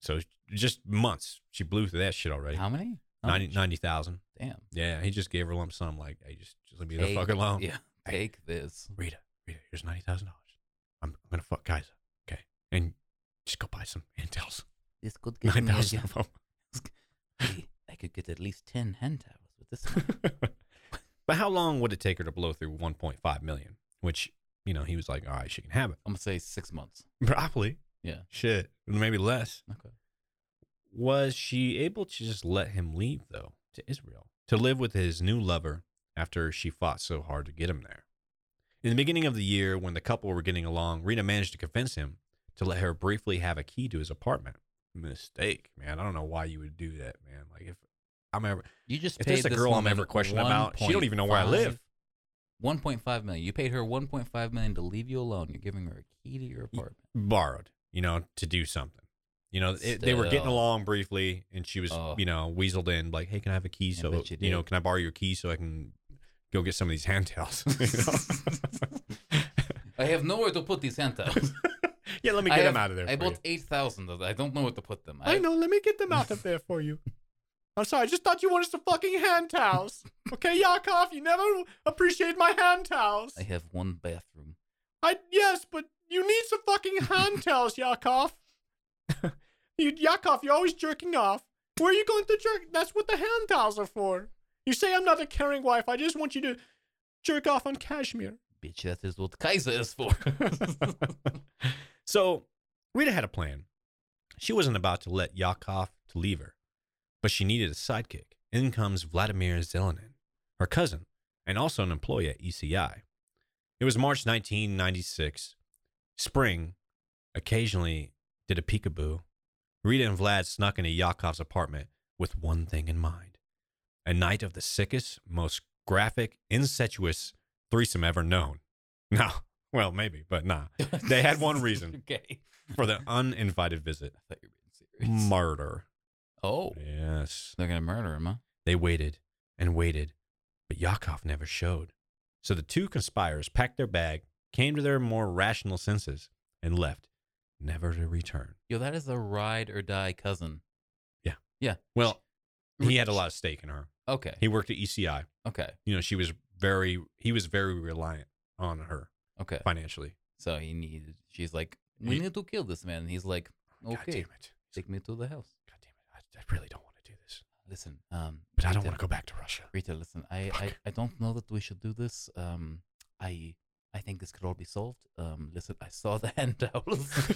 So just months, she blew through that shit already.
How many? How
Ninety
much?
ninety thousand.
Damn.
Yeah, he just gave her a lump sum. Like, hey, just, just leave me the
Take-
fuck alone.
Yeah.
Hey.
Take this.
Rita, Rita, here's ninety thousand dollars. I'm, I'm gonna fuck Kaiser, okay? And just go buy some handtails.
This could get
Nine
me a
thousand
job.
of them.
Hey, I could get at least ten hand towels with this. One.
but how long would it take her to blow through one point five million? Which you know he was like, all right, she can have it.
I'm gonna say six months.
Probably.
Yeah.
Shit, maybe less.
Okay.
Was she able to just let him leave though to Israel to live with his new lover after she fought so hard to get him there? In the beginning of the year, when the couple were getting along, Rita managed to convince him to let her briefly have a key to his apartment. Mistake, man. I don't know why you would do that, man. Like if I'm ever
You just
If
paid
there's a
this
girl I'm
woman
ever questioning about, she don't even know where I live.
1.5 million. You paid her 1.5 million to leave you alone. You're giving her a key to your apartment.
borrowed, you know, to do something. You know, it, they were getting
Still.
along briefly, and she was,
Oh.
you know, weaseled in like, "Hey, can I have a key?
I
so
bet you
you, know,
did.
can I borrow your key so I can go get some of these handtails?" You know?
I have nowhere to put these handouts.
yeah, let me
I
get them
have-
out of there.
I
for
bought
you.
8,000 of them. I don't know where to put them.
I know. Let me get them out of there for you. I'm sorry. I just thought you wanted some fucking hand towels. Okay, Yakov, you never appreciate my hand towels.
I have one bathroom.
I yes, but you need some fucking hand towels, Yakov. you Yakov, you're always jerking off. Where are you going to jerk? That's what the hand towels are for. You say I'm not a caring wife. I just want you to jerk off on cashmere.
Bitch, that is what Kaiser is for.
so Rita had a plan. She wasn't about to let Yakov to leave her, but she needed a sidekick. In comes Vladimir Zelenin, her cousin, and also an employee at ECI. It was March 1996. Spring occasionally did a peekaboo. Rita and Vlad snuck into Yakov's apartment with one thing in mind a night of the sickest, most graphic, incestuous threesome ever known. No, well, maybe, but nah. They had one reason
okay.
for the uninvited visit
I thought you were being serious.
murder.
oh.
Yes.
They're going to murder him, huh?
They waited and waited, but Yakov never showed. So the two conspirators packed their bag, came to their more rational senses, and left, never to return.
Yo, that is a ride or die cousin.
Yeah.
Yeah.
Well, he had a lot of stake in her.
Okay.
He worked at E ECI.
Okay.
You know, she was very, he was very reliant on her
Okay.
financially.
So he needed. She's like, we
Ye-
need to kill this man. And he's like,
God damn
okay,
it!
take me to the house.
God damn it! I, I really don't want to do this,
Listen, um,
but I don't
Rita-
want to go back to Russia.
Rita, listen, I, I,
Fuck.
I don't know that we should do this. Um, I I think this could all be solved. Um, listen, I saw the handouts.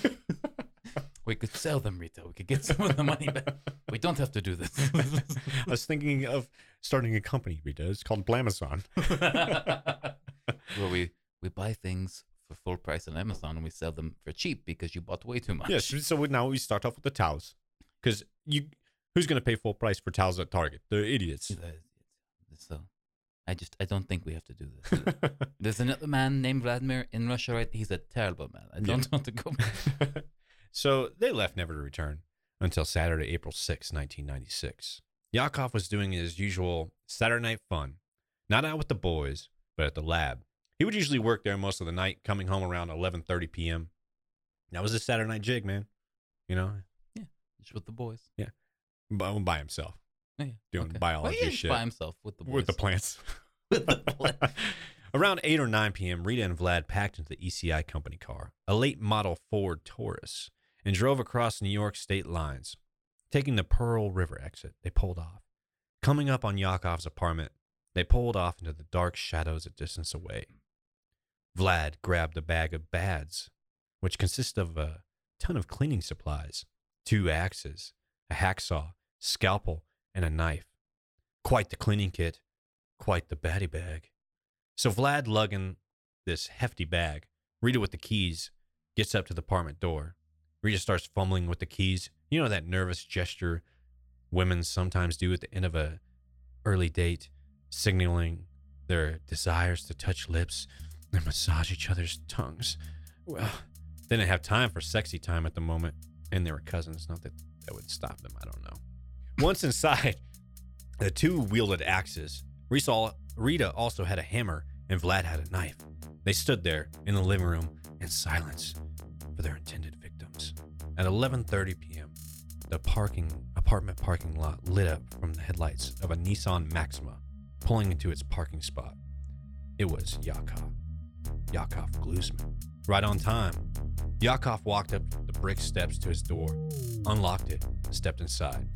we could sell them, Rita. We could get some of the money back. We don't have to do this.
I was thinking of starting a company, Rita. It's called Blamazon.
Where we we buy things for full price on Amazon and we sell them for cheap because you bought way too much.
yes. So we- now we start off with the towels, because you who's going to pay full price for towels at Target? They're idiots.
Uh, So, I just I don't think we have to do this. There's another man named Vladimir in Russia, right? He's a terrible man. I don't want to go.
so they left never to return until Saturday, April sixth, 1996. Yakov was doing his usual Saturday night fun, not out with the boys, but at the lab. He would usually work there most of the night, coming home around 11:30 p.m. That was his Saturday night jig, man. You know,
Just with the boys.
by, by himself
Yeah,
Doing
okay.
biology
well, he is
shit.
by himself with the boys.
with the plants.
With the plant.
Around 8 or 9 p.m., Rita and Vlad packed into the ECI company car, a late model Ford Taurus, and drove across New York state lines. Taking the Pearl River exit, they pulled off. Coming up on Yakov's apartment, they pulled off into the dark shadows a distance away. Vlad grabbed a bag of bads, which consist of a ton of cleaning supplies, two axes, a hacksaw, scalpel, and a knife. Quite the cleaning kit, quite the baddie bag. So Vlad lugging this hefty bag, Rita with the keys, gets up to the apartment door. Rita starts fumbling with the keys. You know that nervous gesture women sometimes do at the end of a early date, signaling their desires to touch lips and massage each other's tongues. Well, they didn't have time for sexy time at the moment, and they were cousins. Not that that would stop them. I don't know. Once inside, the two wielded axes. Rita Rita also had a hammer, and Vlad had a knife. They stood there in the living room in silence for their intended victims. At 11:30 p.m., the parking apartment parking lot lit up from the headlights of a Nissan Maxima, pulling into its parking spot. It was Yakov, Yakov Glusman, right on time. Yakov walked up the brick steps to his door, unlocked it, and stepped inside.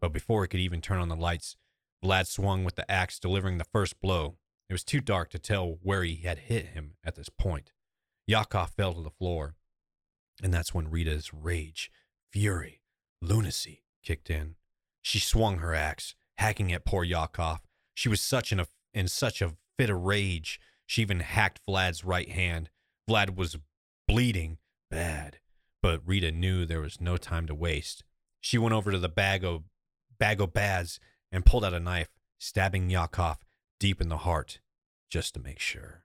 but before it could even turn on the lights, Vlad swung with the axe, delivering the first blow. It was too dark to tell where he had hit him at this point. Yakov fell to the floor, and that's when Rita's rage, fury, lunacy kicked in. She swung her axe, hacking at poor Yakov. She was such in a in such a fit of rage, she even hacked Vlad's right hand. Vlad was bleeding bad, but Rita knew there was no time to waste. She went over to the bag of bag of bads and pulled out a knife, stabbing Yakov deep in the heart, just to make sure.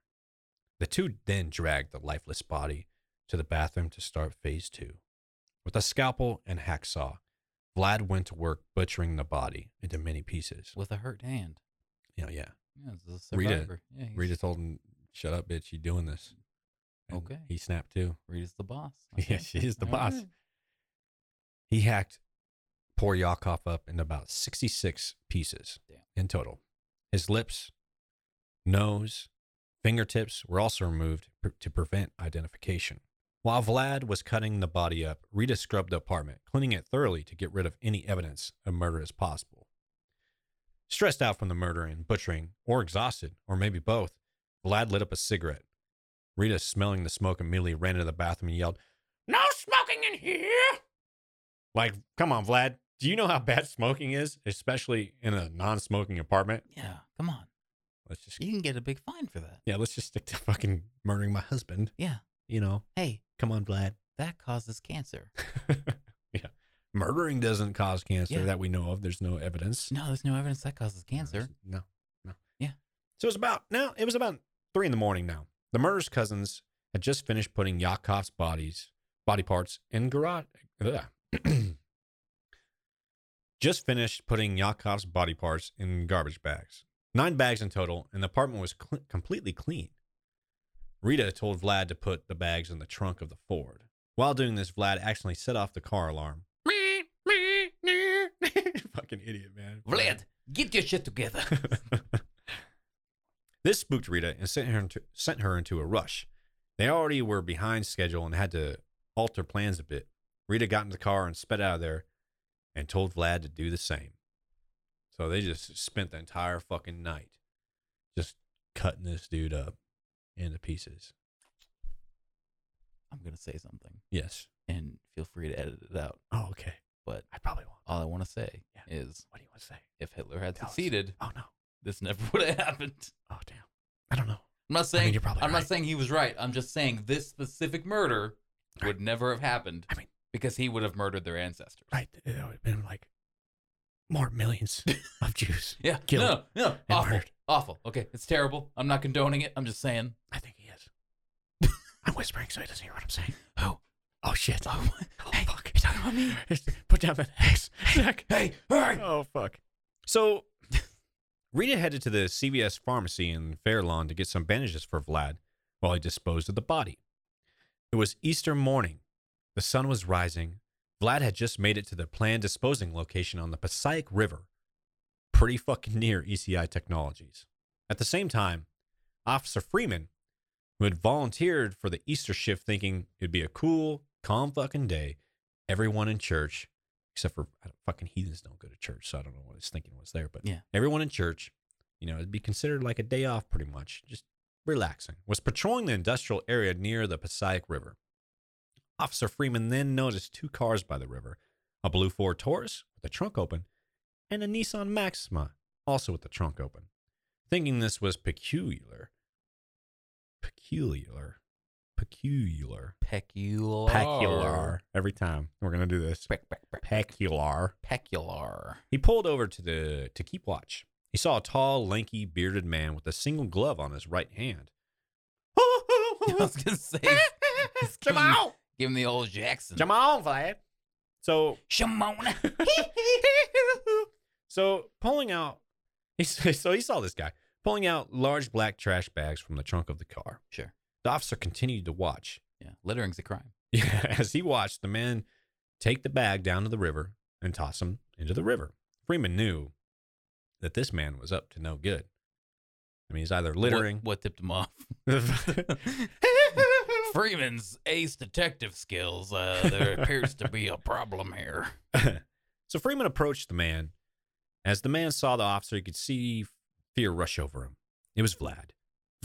The two then dragged the lifeless body to the bathroom to start phase two. With a scalpel and hacksaw, Vlad went to work butchering the body into many pieces.
with a hurt hand.
Yeah, yeah.
Yeah, this is a
Rita-
survivor. yeah, he's-
Rita told him, "Shut up, bitch! You doing this?"
Okay.
He snapped too.
Rita's the boss.
Yeah,
Okay.
she is the
All
boss.
right.
He hacked poor Yakov up in about 66 pieces
Damn.
in total. His lips, nose, fingertips were also removed pr- to prevent identification. While Vlad was cutting the body up, Rita scrubbed the apartment, cleaning it thoroughly to get rid of any evidence of murder as possible. Stressed out from the murder and butchering, or exhausted, or maybe both, Vlad lit up a cigarette. Rita, smelling the smoke, immediately ran into the bathroom and yelled, No smoking in here! Like, come on, Vlad. Do you know how bad smoking is, especially in a non smoking apartment?
Yeah, come on.
Let's just,
You can get a big fine for that.
yeah, let's just stick to fucking murdering my husband.
Yeah.
You know,
Hey,
come on, Vlad.
that causes cancer.
yeah. Murdering doesn't cause cancer
Yeah.
that we know of. There's no evidence.
No, there's no evidence that causes cancer.
No, no.
Yeah.
So it's about now. It was about three in the morning. Now the murder's cousins had just finished putting Yakov's bodies, body parts in garage. ugh. just finished putting Yakov's body parts in garbage bags. Nine bags in total, and the apartment was cl- completely clean. Rita told Vlad to put the bags in the trunk of the Ford. While doing this, Vlad accidentally set off the car alarm. Fucking idiot, man.
Vlad, get your shit together.
this spooked Rita and sent her into, sent her into a rush. They already were behind schedule and had to alter plans a bit. Rita got in the car and sped out of there and told Vlad to do the same. So they just spent the entire fucking night just cutting this dude up into pieces.
I'm gonna say something,
Yes.
and feel free to edit it out.
Oh, okay.
But
I probably won't.
all I want to say
Yeah.
is,
What do you want to say?
if Hitler had
Tell us.
succeeded,
Oh, no.
this never would have happened.
Oh, damn. I don't know.
I'm not saying
you're probably
I'm not
right.
saying he was right. I'm just saying this specific murder
Right.
would never have happened.
I mean-
because he would have murdered their ancestors.
Right. It would have been like more millions of Jews.
Yeah.
Killed
No, no. Awful.
murdered.
Awful. Okay. It's terrible. I'm not condoning it. I'm just saying.
I think he is. I'm whispering so he doesn't hear what I'm saying.
Oh.
Oh shit.
Oh, what? hey,
fuck.
you talking about me?
Put down that axe, Zach.
Hey, all right.
Oh fuck. So Rita headed to the CVS pharmacy in Fairlawn to get some bandages for Vlad while he disposed of the body. It was Easter morning. The sun was rising. Vlad had just made it to the planned disposing location on the Passaic River, pretty fucking near ECI Technologies. At the same time, Officer Freeman, who had volunteered for the Easter shift thinking it'd be a cool, calm fucking day, everyone in church, except for I don't- fucking heathens don't go to church, so I don't know what his thinking was there, but
Yeah.
everyone in church, you know, it'd be considered like a day off pretty much, just relaxing, was patrolling the industrial area near the Passaic River. Officer Freeman then noticed two cars by the river a blue Ford Taurus with the trunk open, and a Nissan Maxima, also with the trunk open. Thinking this was peculiar, peculiar, peculiar,
Pecular.
peculiar. Every time we're gonna do this,
Pec- pec- pec-
peculiar.
Pecular.
He pulled over to the to keep watch. He saw a tall, lanky, bearded man with a single glove on his right hand.
I was gonna say. he's giving-
Jamal,
Give him the old Jackson.
Jamal, Vlad. So
Shimona.
so pulling out, he s- so he saw this guy pulling out large black trash bags from the trunk of the car.
Sure.
The officer continued to watch.
Yeah. Littering's a crime.
Yeah, as he watched the man take the bag down to the river and toss him into the river. Freeman knew that this man was up to no good. I mean, he's either littering.
What, what tipped him off? Freeman's ace detective skills. Uh, there appears to be a problem here.
so Freeman approached the man. As the man saw the officer, he could see fear rush over him. It was Vlad.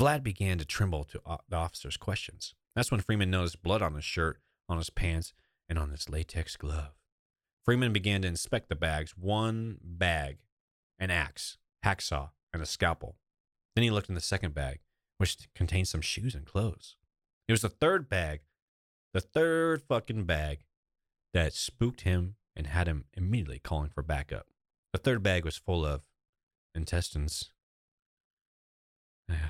Vlad began to tremble to o- the officer's questions. That's when Freeman noticed blood on his shirt, on his pants, and on his latex glove. Freeman began to inspect the bags one bag, an axe, hacksaw, and a scalpel. Then he looked in the second bag, which contained some shoes and clothes. It was the third bag, the third fucking bag, that spooked him and had him immediately calling for backup. The third bag was full of intestines.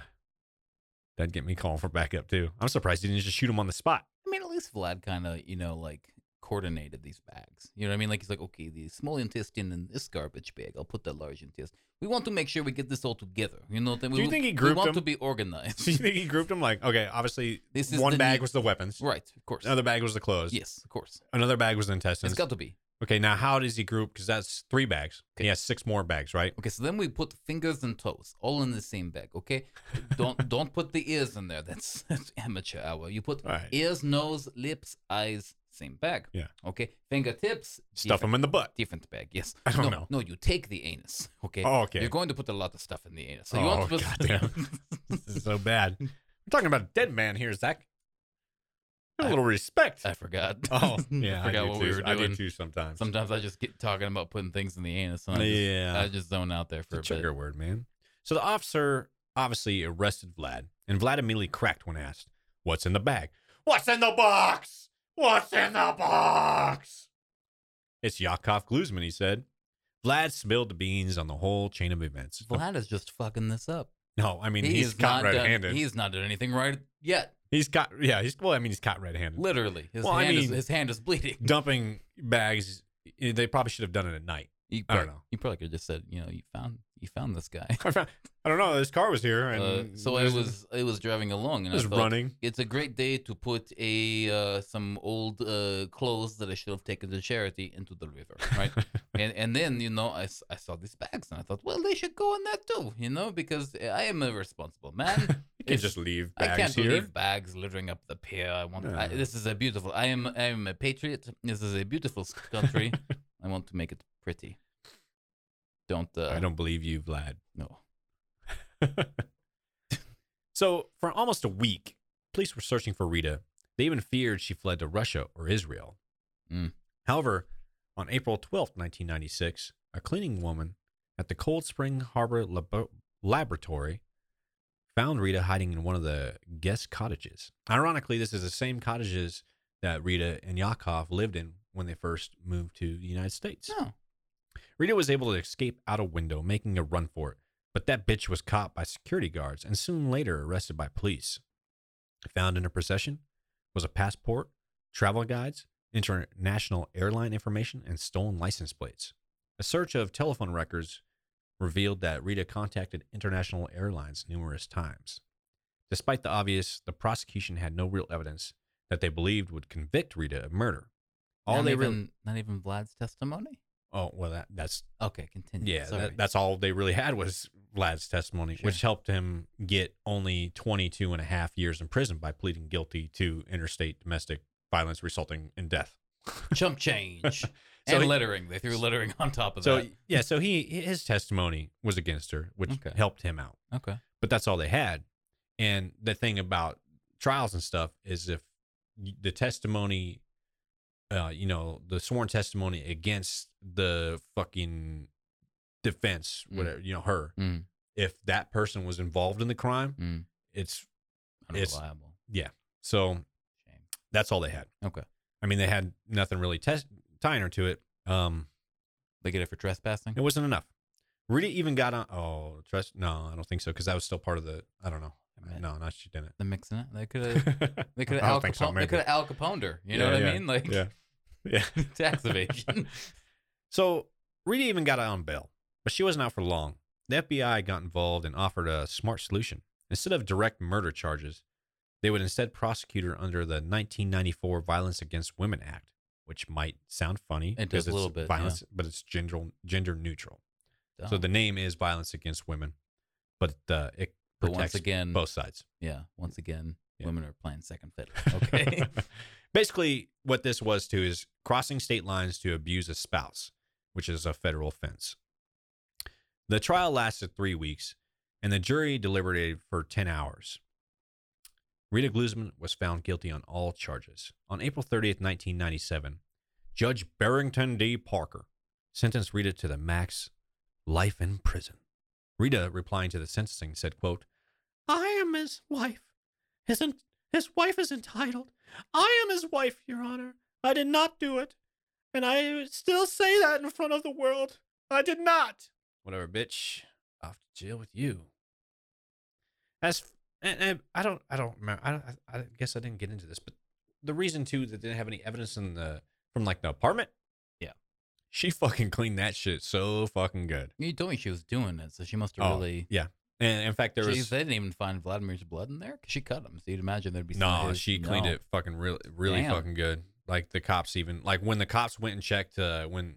That'd get me calling for backup too. I'm surprised he didn't just shoot him on the spot.
I mean, at least Vlad kind of, you know, like coordinated these bags. You know what I mean? Like he's like, okay, the small intestine in this garbage bag. I'll put the large intestine. We want to make sure we get this all together. You know, that we,
Do you think he
we
grouped
want
them?
to be organized.
So you think he grouped them like, okay, obviously
This is
one
the
bag
new-
was the weapons,
right, of course.
another bag was the clothes,
yes, of course.
another bag was the
It's
intestines.
got to be.
okay, now how does he group? Because that's three bags.
Okay.
He has six more bags, right?
Okay, so then we put fingers and toes all in the same bag. Okay, don't don't put the ears in there. That's, that's amateur hour. You put
All right.
ears, nose, lips, eyes, same bag.
Yeah.
Okay, fingertips.
Stuff
different-
them in the butt.
Different bag, yes.
I don't
no,
know.
No, you take the anus. Okay.
Oh, okay.
You're going to put a lot of stuff in the anus. So you
Oh,
want to put...
goddamn. this is so bad. I'm talking about a dead man here, Zach.
Uh,
Have a little respect.
I forgot.
oh, yeah.
I forgot
do
what
too.
we were
I
doing.
do too sometimes.
Sometimes I just get talking about putting things in the anus. And I just,
yeah.
I just zone out there for a,
it's a trigger
bit.
word, man. So the officer obviously arrested Vlad, and Vlad immediately cracked when asked, "What's in the bag? What's in the box? What's in the box?" It's Yakov Glusman, he said. Vlad spilled the beans on the whole chain of events.
Vlad is just fucking this up.
no, I mean,
He
he's
is
caught
not done-
red-handed.
He's not done anything right yet.
he's caught, yeah, he's, well, I mean, he's caught red-handed.
Literally, his
Well, I
hand is
mean-
his hand is bleeding.
Dumping bags, eh, they probably should have done it at night.
You
I
probably,
don't know.
You probably could have just said, you know, you found you found this guy.
I, found, I don't know, this car was here. And
Uh, so I
there's-
was I was driving along and I
just
thought,
running.
It's a great day to put a uh, some old uh, clothes that I should have taken to charity into the river, right? and and then you know I, s- I saw these bags and I thought, well, they should go in that too, you know, because I am a responsible man.
You can
It's-
just leave
I
bags
can't
here.
leave bags littering up the pier. I want I,
Yeah.
this is a beautiful. I am I am a patriot. This is a beautiful s- country. I want to make it pretty. Don't uh,
I don't believe you, Vlad.
know.
so, for almost a week, police were searching for Rita. They even feared she fled to Russia or Israel.
Mm.
However, on April twelfth, 1996, a cleaning woman at the Cold Spring Harbor Labo- Laboratory found Rita hiding in one of the guest cottages. Ironically, this is the same cottages that Rita and Yakov lived in when they first moved to the United States.
No.
Rita was able to escape out a window, making a run for it, but that bitch was caught by security guards and soon later arrested by police. Found in her possession was a passport, travel guides, international airline information, and stolen license plates. A search of telephone records revealed that Rita contacted international airlines numerous times. Despite the obvious, the prosecution had no real evidence that they believed would convict Rita of murder. All
not
they
even
really
not even Vlad's testimony.
oh well that, that's
Okay, continue.
yeah,
Sorry.
that, that's all they really had was Vlad's testimony, which helped him get only 22 and a half years in prison by pleading guilty to interstate domestic violence resulting in death.
chump change
So
and
he-
lettering. They threw lettering on top of
So
that.
yeah, so he his testimony was against her, which
Okay.
helped him out.
Okay.
But that's all they had. And the thing about trials and stuff is if y- the testimony uh you know, the sworn testimony against the fucking defense
Mm.
whatever, you know, her
Mm,
if that person was involved in the crime,
mm,
it's It's-
unreliable.
so
Shame.
that's all they had.
Okay.
I mean, they had nothing really test- tying her to it. Um,
They get it for trespassing.
it wasn't enough. Rita even got on. Oh, trust? No, I don't think so because that was still part of the. I don't know.
Right.
No, not she didn't.
They're mixing it. They could have. They could have
I
Al,
don't think so,
Capone, they
maybe.
could have Al Caponed her. You know
Yeah,
what
yeah,
I mean? Like
yeah, yeah.
tax evasion.
So Rita even got out on bail, but she wasn't out for long. The FBI got involved and offered a smart solution. Instead of direct murder charges, they would instead prosecute her under the 1994 Violence Against Women Act, which might sound funny
It does
because
a
it's
little bit,
violence, but it's gender gender neutral. So
Dumb.
the name is Violence Against Women, but uh, it
But once
protects
again-
both sides.
yeah, once again,
Yeah.
women are playing second fiddle. Okay.
Basically, what this was to is crossing state lines to abuse a spouse, which is a federal offense. The trial lasted three weeks, and the jury deliberated for 10 hours. Rita Glusman was found guilty on all charges. On April 30th, 1997, Judge Barrington D. Parker sentenced Rita to the max life in prison. Rita, replying to the sentencing, said, quote, I am his wife. His, en- his wife is entitled. I am his wife, Your Honor. I did not do it. And I still say that in front of the world. I did not. Whatever, bitch. Off to jail with you. As and, and I don't, I don't remember. I, don't, I, I guess I didn't get into this, but the reason too that they didn't have any evidence in the from like the apartment.
Yeah.
she fucking cleaned that shit so fucking good.
you told me she was doing it, so she must have
Oh,
really.
yeah. And in fact, there
Jeez,
was
they didn't even find Vladimir's blood in there 'cause she cut him. So you'd imagine there'd be. some of
No,
his-
she cleaned
No.
it fucking really, really
Damn.
fucking good. Like the cops even like when the cops went and checked uh, when,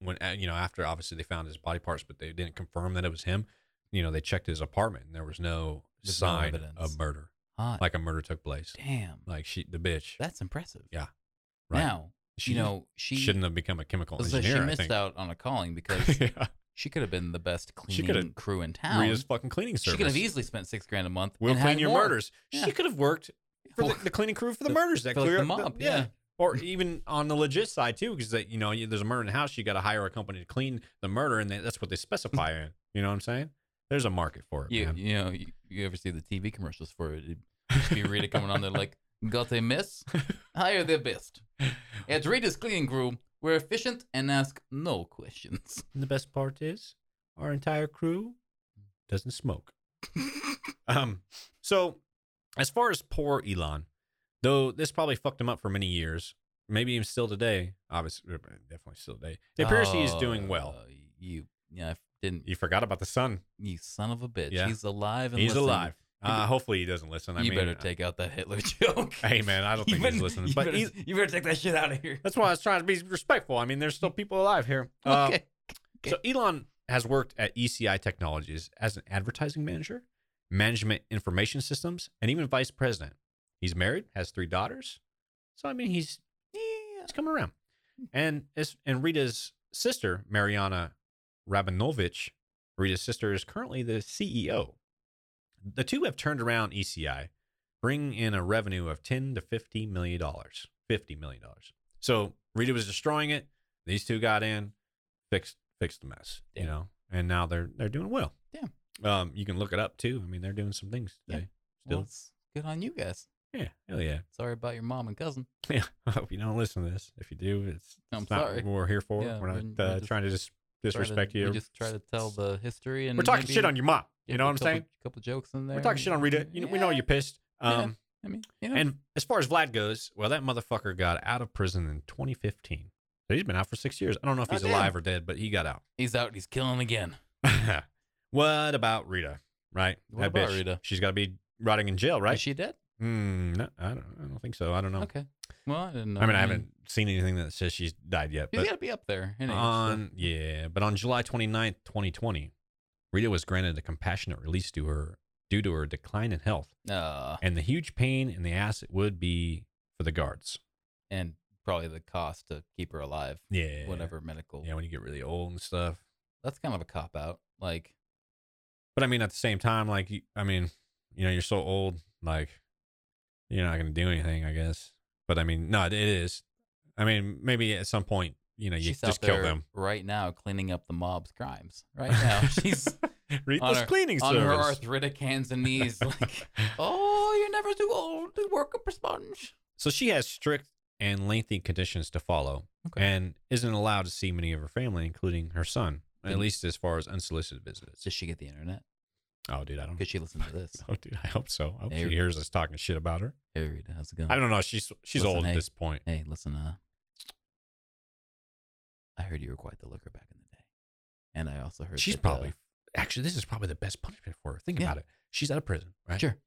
when uh, you know after obviously they found his body parts, but they didn't confirm that it was him. You know they checked his apartment and there was no
There's no
sign
evidence.
of murder.
Hot
Like a murder took place.
damn.
Like she, the bitch.
That's impressive.
Yeah, right.
Now
she
you know she
shouldn't have become a chemical
so she
engineer. I
missed
think.
out on a calling because
yeah.
she could have been the best
She could have-
cleaning crew in town.
Rita's fucking cleaning
she
service.
could have easily spent six grand a month.
We'll
and
clean
had
your
more.
murders.
Yeah.
She could have worked for
Well,
the, the cleaning crew for the
the-
murders that
for, like,
clear
the mob, yeah.
or even on the legit side too, because you know you- there's a murder in the house, you got to hire a company to clean the murder, and they, that's what they specify in. You know what I'm saying? There's a market for it.
You,
man.
you know, you, you ever see the TV commercials for it? It'd just be Rita coming on there like, got a miss? Hire the best. At Rita's cleaning crew, We're efficient and ask no questions.
And the best part is our entire crew doesn't smoke. um, so as far as poor Elon, though this probably fucked him up for many years, maybe even still today. Obviously, definitely still today. It appears he is doing well.
Uh, You, yeah, I didn't.
You forgot about the sun.
You son of a bitch.
Yeah.
He's alive. And
He's
listening.
alive. Uh, hopefully he doesn't listen. I
you
mean, uh,
better take out that Hitler joke.
Hey man, I don't think he's listening.
You
But
better,
he-
you better take that shit out of here.
that's why I was trying to be respectful. I mean, there's still people alive here. Uh,
okay.
So Elon has worked at ECI Technologies as an advertising manager, management information systems, and even vice president. He's married, has three daughters. So I mean, he's he's coming around. And as, and Rita's sister, Mariana Rabinovich, Rita's sister is currently the CEO. The two have turned around ECI, bringing in a revenue of 10 to 50 million dollars. 50 million dollars. So Rita was destroying it. These two got in, fixed fixed the mess, you
Damn.
know. And now they're they're doing well.
Damn.
Um, you can look it up too. I mean, they're doing some things
Yeah.
today.
Well,
Still.
it's good on you guys.
yeah. Hell yeah.
Sorry about your mom and cousin.
Yeah, I hope you don't listen to this. If you do, it's,
I'm
it's not
sorry.
what we're here for.
Yeah,
we're not
we're- we're
uh,
just
trying to dis-
Try to-
disrespect you.
We just try to tell the history and
we're talking
maybe
shit on your mom. You
get
know
a
what I'm
couple-
saying?
Couple jokes in there.
We're talking shit on Rita. You know, We know
Yeah,
you're pissed.
Yeah.
Um,
I mean, you know,
And as far as Vlad goes, well, that motherfucker got out of prison in 2015. So he's been out for six years. I don't know if
Oh,
he's
damn.
alive or dead, but he got
he's out. He's killing again.
out. what about Rita? Right?
What about
bitch.
Rita?
She's got to be rotting in jail, right?
Is she dead?
mm, no, I, don't, I don't think so. I don't know.
Okay. Well, I didn't know.
I mean, I haven't seen anything that says she's died yet.
She's
But
got to be up there. anyway, so-
On yeah, but on July 29th, 2020, Rita was granted a compassionate release to her due to her decline in health
Uh,
and the huge pain in the ass it would be for the guards.
and probably the cost to keep her alive,
Yeah.
whatever medical.
Yeah, when you get really old and stuff.
That's kind of a cop out. Like,
But I mean, at the same time, like you- I mean, you know, you're so old, like you're not gonna do anything, I guess. But I mean, no, it is. I mean, maybe at some point, you know, you
she's
just
out there
kill them.
right now, cleaning up the mob's crimes. Right now, she's on
Rita's
her-
cleaning
on her
service.
arthritic hands and knees. Like, oh, you're never too old to work up a sponge.
So she has strict and lengthy conditions to follow
Okay.
and isn't allowed to see many of her family, including her son, at
Didn't-
least as far as unsolicited visits.
Does she get the internet?
Oh, dude, I don't
Could she listen to this?
Oh, dude, I hope so. I hope
There-
she hears us talking shit about her.
Hey, Rita, how's it going?
I don't know. She's she's
Listen,
old
hey.
at this point.
Hey, listen, uh, I heard you were quite the looker back in the day, and I also heard
She's
that, uh,
probably actually this is probably the best punishment for her. Think
Yeah.
about it. She's out of prison, right?
Sure. Mm-hmm.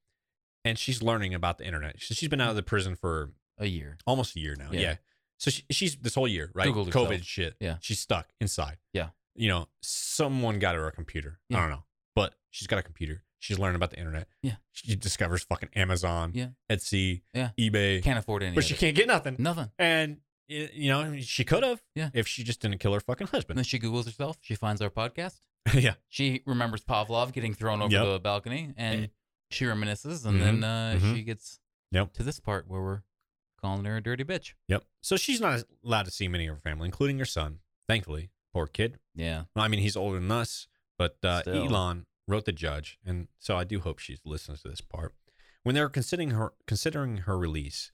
And she's learning about the internet. She- She's been out of the prison for
a year.
almost a year now.
Yeah.
Yeah. So she, she's this whole year, right?
Googled
COVID
herself.
shit.
Yeah.
She's stuck inside.
Yeah.
You know, someone got her a computer.
Yeah.
I don't know, but she's got a computer. She's learning about the internet.
Yeah.
She discovers fucking Amazon,
Yeah.
Etsy,
Yeah.
eBay,
Can't afford any.
but
of
she
it.
can't get nothing.
Nothing.
And y- you know, she could have,
Yeah.
if she just didn't kill her fucking
And
husband.
then she Googles herself. She finds our podcast.
yeah.
She remembers Pavlov getting thrown over
Yep.
the balcony, and
Eh.
she reminisces, and then uh,
mhm.
she gets
Yep.
to this part where we're calling her a dirty bitch.
Yep. So she's not allowed to see many of her family, including her son. Thankfully, poor kid.
Yeah.
Well, I mean, he's older than us, but uh,
Still.
Elon wrote the judge, and so I do hope she listens to this part. When they were considering her considering her release,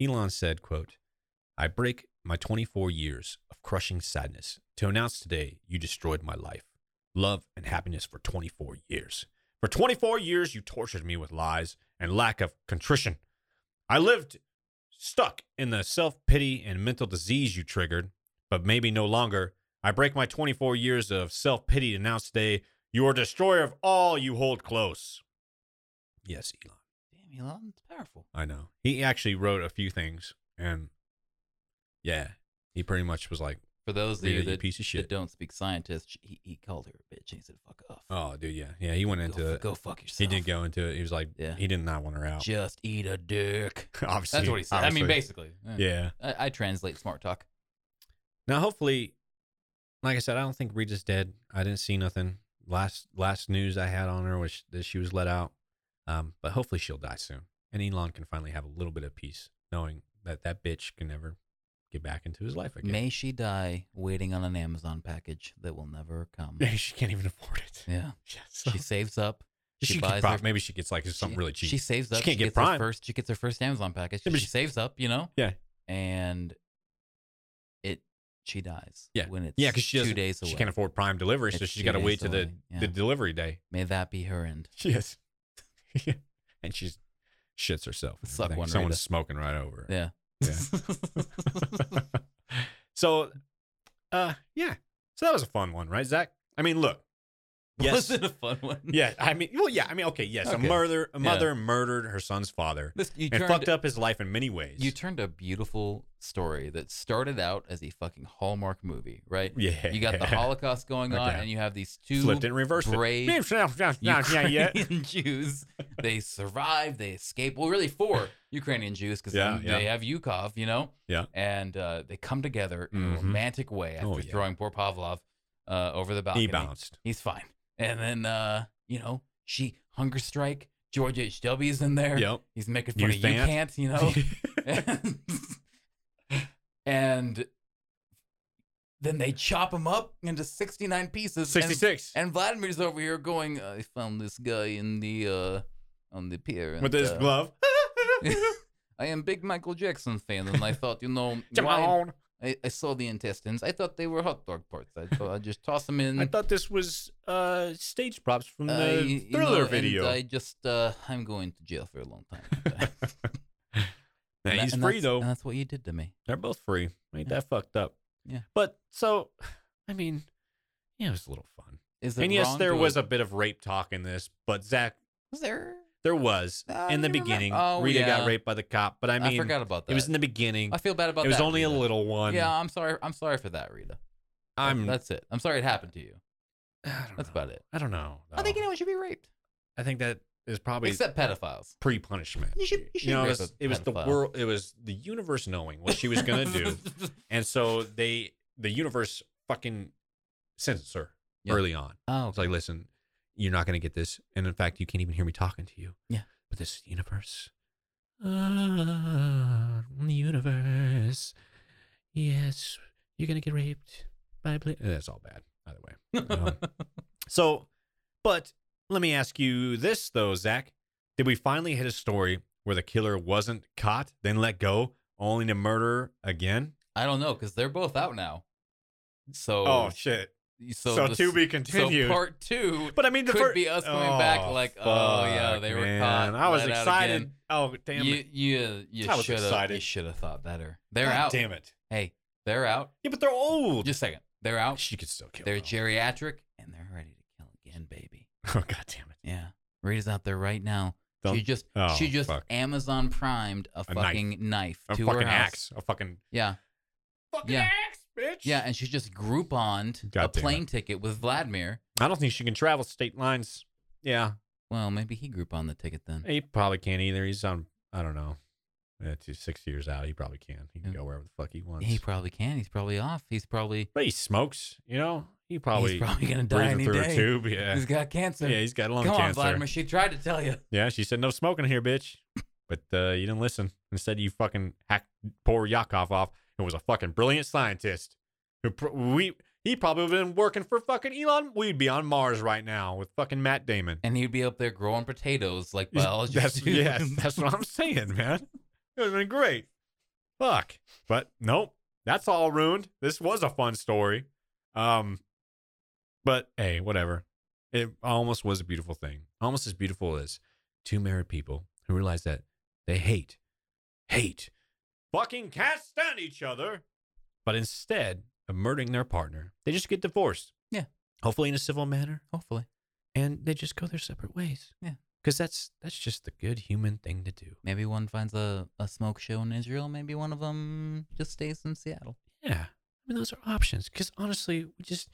Elon said, "quote I break my 24 years of crushing sadness to announce today you destroyed my life, love, and happiness for 24 years. For 24 years, you tortured me with lies and lack of contrition. I lived stuck in the self pity and mental disease you triggered, but maybe no longer. I break my 24 years of self pity to announce today you are destroyer of all you hold close. Yes, Elon.
Damn, Elon, it's powerful.
I know. He actually wrote a few things, and yeah, he pretty much was like,
For those of
Rita,
you
you
that,
piece
that
of shit.
don't speak scientist, she- he, he called her a bitch. And he said, "Fuck off."
Oh, dude, yeah, yeah. He went into
go,
it.
go fuck yourself.
He did go into it. He was like,
Yeah.
he did not want her out.
Just eat a dick.
obviously,
That's what he said. I mean,
obviously.
basically.
Yeah.
I, I translate smart talk.
Now, hopefully, like I said, I don't think Rita's dead. I didn't see nothing. Last last news I had on her was that she was let out. Um, but hopefully she'll die soon, and Elon can finally have a little bit of peace, knowing that that bitch can never get back into his life again.
May she die waiting on an Amazon package that will never come.
she can't even afford it.
yeah.
Yes.
She saves up. She,
She, could
buys
prob-
her,
maybe she gets like something
she-
really cheap.
She saves
She
up.
can't get
gets her
Prime.
first. She gets her first Amazon package.
Yeah, but
she,
she-
saves up, you know.
Yeah.
And it she dies.
Yeah.
when it's
Yeah, because she
two
doesn't-
days away.
She can't afford Prime delivery, so
It's
she's
two
got to
days
wait to the,
away, yeah.
the delivery day.
May that be her end.
Yes. and she's shits herself. and
Suck
everything.
one right
Someone's
up.
smoking right over. her.
Yeah.
so, uh, yeah. So that was a fun one, right, Zach? I mean, look.
Was
Yes.
it a fun one?
yeah. I mean, well, yeah. I mean, okay. Yes,
Okay.
a mother, a
Yeah.
mother murdered her son's father
This, you
and
turned,
fucked up his life in many ways.
You turned a beautiful story that started out as a fucking Hallmark movie, right?
yeah.
You got the Holocaust going on,
Okay.
and you have these two
flipped it and reversed
brave
it. Yeah, yeah,
Ukrainian
yeah.
Jews. They survive. They escape. Well, really, four Ukrainian Jews because
Yeah, yeah.
they have Yukov, you know.
Yeah.
And uh, they come together in a
Mhm.
romantic way after
Oh, yeah.
throwing poor Pavlov uh, over the balcony.
He bounced.
He's fine. And then uh, you know she hunger strike. George H. W's in there.
Yep.
He's making
You
fun of you
can't.
can't, you know. and, and then they chop him up into 69 pieces. and
66.
and Vladimir's over here going, I found this guy in the uh on the pier. And,
with his
uh,
glove.
I am big Michael Jackson fan, and I thought, you know,
Come
why-
on.
I, I saw the intestines. I thought they were hot dog parts. I thought I just toss them in.
I thought this was uh, stage props from
I- Mm. Uh, you
the
know,
thriller
and
video.
I just, uh, I'm going to jail for a long time.
Nah,
And that-
he's
and
free
that's-
though.
And that's what you did to me.
They're both free. Ain't that fucked up?
Yeah.
But so, I mean, yeah, it was a little fun.
Is it
And yes,
wrong
there
to
was a bit of rape talk in this, but Zach,
Was there?
there was
Uh,
in the
you remember-
beginning.
oh,
Rita
yeah.
got raped by the cop, but I
I,
mean,
forgot about that.
it was in the beginning.
I feel bad about
It was
that,
only
Rita.
a little one.
Yeah, I'm sorry. I'm sorry for that, Rita. That-
I'm.
that's it. I'm sorry it happened to you.
I don't
That's
know.
about it.
I don't know.
I think
though.
anyone should be raped,
I think that is probably
except pedophiles.
pre-punishment.
You should- you should
know, it
rape
was,
a
it was the
pedophile.
world. It was the universe knowing what she was gonna do, and so they, the universe, fucking sentenced her
Yeah.
early on.
oh,
It's like, listen, you're not gonna get this, and in fact, you can't even hear me talking to you.
Yeah.
but this is the universe. Ah, the universe. Yes, you're gonna get raped by a. Bla- eh, That's all bad, by the way.
uh-huh.
Um, so, but let me ask you this though, Zach. Did we finally hit a story where the killer wasn't caught, then let go, only to murder again?
I don't know because they're both out now. So
Oh, shit!
Oh, so, the-
be
So part two
but I mean, the
could
fir-
be us coming back like, oh yeah,
fuck,
they were
man.
caught.
I was
let out
excited.
again.
Oh damn
you
it!
you you
I was
should have you
excited.
should have thought better. They're
God
out.
Damn it!
Hey, they're out.
Yeah, but they're old.
Just a second. They're out.
she could still kill.
They're
them.
geriatric and they're ready to kill again, baby.
oh god damn it!
Yeah, Rita's out there right now.
Don't-
she just
Oh,
she just
fuck.
Amazon primed a,
knife.
fucking knife,
A
to
fucking
her house.
axe. A fucking
Yeah,
fucking
Yeah.
axe, bitch.
yeah, and she just Grouponed a
God damn it.
plane ticket with Vladimir.
I don't think she can travel state lines. Yeah,
Well, maybe he Grouponed the ticket then.
He probably can't either. He's on. I don't know. Yeah, he's six years out. He probably can. He can
Yeah.
go wherever the fuck he wants.
He probably can. He's probably off. He's probably
but he smokes. You know. He probably
he's probably gonna die
breathing
any
through
day.
a tube. Yeah.
He's got cancer.
yeah. He's got lung
Come on,
cancer.
Vladimir. She tried to tell you.
Yeah. She said no smoking here, bitch. But uh, you didn't listen. Instead, you fucking hacked poor Yakov off. Who was a fucking brilliant scientist. Who pr- we he probably would have been working for fucking Elon. We'd be on Mars right now with fucking Matt Damon.
And he'd be up there growing potatoes like biologists
That's,
do.
yes, that's what I'm saying, man. It would have been great. Fuck. But nope. That's all ruined. This was a fun story. Um but hey, whatever. It almost was a beautiful thing. Almost as beautiful as two married people who realize that they hate, hate, fucking can't stand each other. But instead of murdering their partner, they just get divorced.
Yeah.
Hopefully in a civil manner
Hopefully,
and they just go their separate ways.
Yeah.
because that's that's just the good human thing to do.
maybe one finds a, a smoke show in Israel. Maybe one of them just stays in Seattle.
Yeah, I mean those are options. Because honestly, we just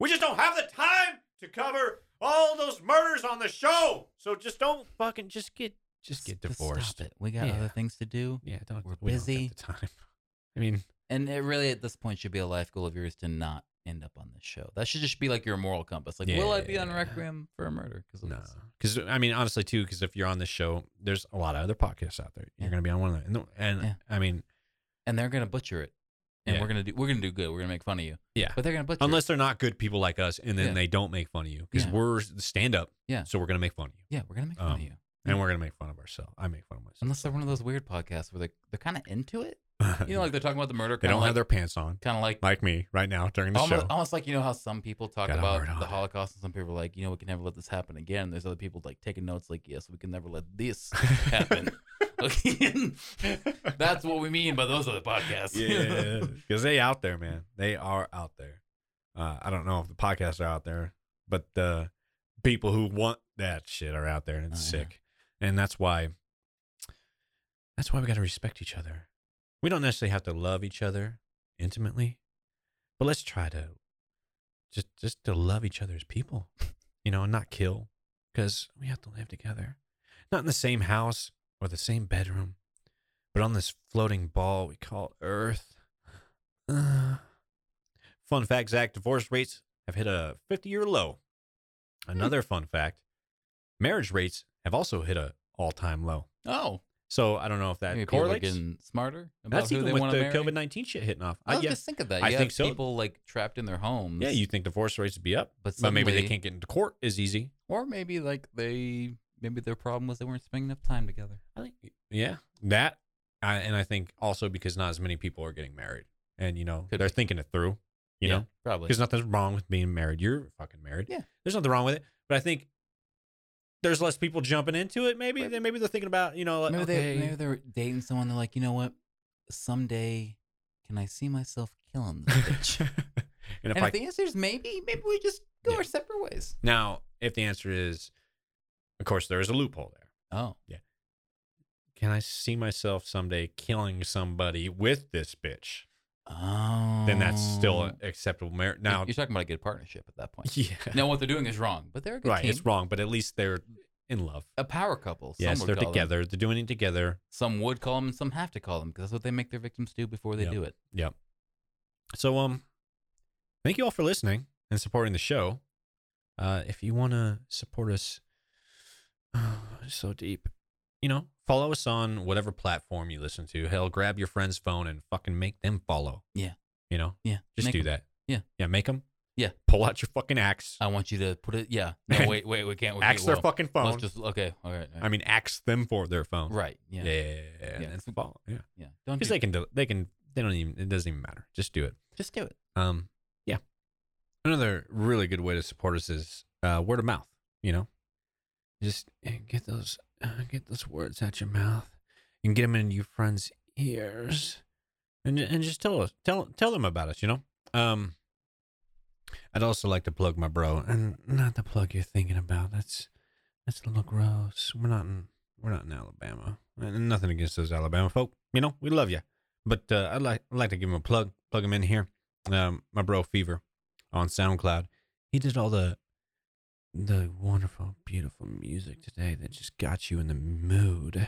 we just don't have the time to cover all those murders on the show. So just don't fucking just get just get
Just
divorced.
Stop it. We got
Yeah.
other things to do.
Yeah, don't.
We're
we don't have
busy.
the time. I mean,
And it really, at this point, should be a life goal of yours to not end up on this show. That should just be like your moral compass. Like, will I be on
Yeah.
Requiem for a murder? Because
no, because I mean honestly too, because if you're on this show, there's a lot of other podcasts out there. You're
Yeah.
gonna be on one of them, and, the- and
Yeah.
I mean,
and they're gonna butcher it, and
Yeah.
we're gonna do we're gonna do good. We're gonna make fun of you,
yeah.
but they're gonna butcher
Unless they're not good people like us, and then
Yeah.
they don't make fun of you because
Yeah.
we're stand up.
Yeah.
So we're gonna make fun of you.
it. Yeah, we're gonna make fun of
Um,
you.
and we're gonna make fun of ourselves. I make fun of myself.
Unless they're one of those weird podcasts where they're they're kind of into it. You know, like they're talking about the murder.
they
kinda
don't
like,
have their pants on,
kind of like
like me right now during the
almost,
show.
almost like you know how some people talk
Got a
about
hard on.
the Holocaust, and some people are like, you know, we can never let this happen again. There's other people like taking notes, like, yes, we can never let this happen. again. That's what we mean by those other podcasts.
yeah, because they out there, man. They are out there. Uh, I don't know if the podcasts are out there, but the people who want that shit are out there, and it's
Oh, yeah.
sick. And that's why. That's why we got to respect each other. We don't necessarily have to love each other intimately, but let's try to just just to love each other as people, you know, and not kill, because we have to live together, not in the same house or the same bedroom but on this floating ball we call Earth. Uh, fun fact, Zach, divorce rates have hit a 50 year low.
Hmm.
Another fun fact, marriage rates have also hit a all time low.
Oh,
So I don't know if that
maybe people are
correlates.
getting smarter about
That's
who
even
they
with
want
the
to marry.
COVID 19 shit hitting off.
I
I, yeah,
just think of that.
I
You
think
have
so.
people like trapped in their homes.
yeah, you think divorce rates would be up,
But
but maybe they
suddenly-
can't get into court as easy.
or maybe like they maybe their problem was they weren't spending enough time together.
I think, yeah, that. I, and I think also because not as many people are getting married and, you know,
Could
they're
be.
thinking it through, you
Yeah,
know?
probably.
Because nothing's wrong with being married. You're fucking married.
Yeah.
There's nothing wrong with it. But I think there's less people jumping into it, maybe.
Right.
Then maybe they're thinking about, you know, like,
maybe
okay,
they maybe they're dating someone. They're like, you know what? Someday, can I see myself killing this bitch?
and if
and
I,
if the answer is maybe, maybe we just go
Yeah.
our separate ways.
now, if the answer is, of course, there is a loophole there.
Oh,
Can I see myself someday killing somebody with this bitch?
oh.
Then that's still an acceptable marriage.
You-
Now,
you're talking about a good partnership at that point.
yeah,
Now what they're doing is wrong, but they're a good
right,
team.
it's wrong, but at least they're in love.
A power couple. Some
yes,
would
they're
call them.
together. They're doing it together.
Some would call them, and some have to call them because that's what they make their victims do before they
Yep.
do it.
Yep. So um thank you all for listening and supporting the show. Uh if you want to support us so deep, you know, follow us on whatever platform you listen to. Hell, grab your friend's phone and fucking make them follow.
Yeah.
You know,
Yeah,
just
make
do
them-
that.
Yeah.
Yeah, make them.
Yeah.
Pull out your fucking axe.
I want you to put it. Yeah. No, wait, wait, we can't. We
axe
can't-
their
whoa.
fucking phone.
Let's just okay. All right. all
I
right.
mean, axe them for their phone.
right. Yeah.
Yeah.
Yeah.
Yeah. yeah, yeah.
Yeah.
And follow. Yeah.
Don't
Because
do,
they can, do- they can, they don't even, it doesn't even matter. Just do it.
just do it.
Um, yeah. Another really good way to support us is uh, word of mouth. You know, just uh, get those uh, get those words out your mouth and get them into your friends' ears, and and just tell us tell tell them about us. You know. Um, I'd also like to plug my bro, and not the plug you're thinking about. That's that's a little gross. We're not in we're not in Alabama, and nothing against those Alabama folk. You know, we love you, but uh, I'd like I'd like to give him a plug. Plug him in here um, my bro Fever on SoundCloud. He did all the the wonderful, beautiful music today that just got you in the mood.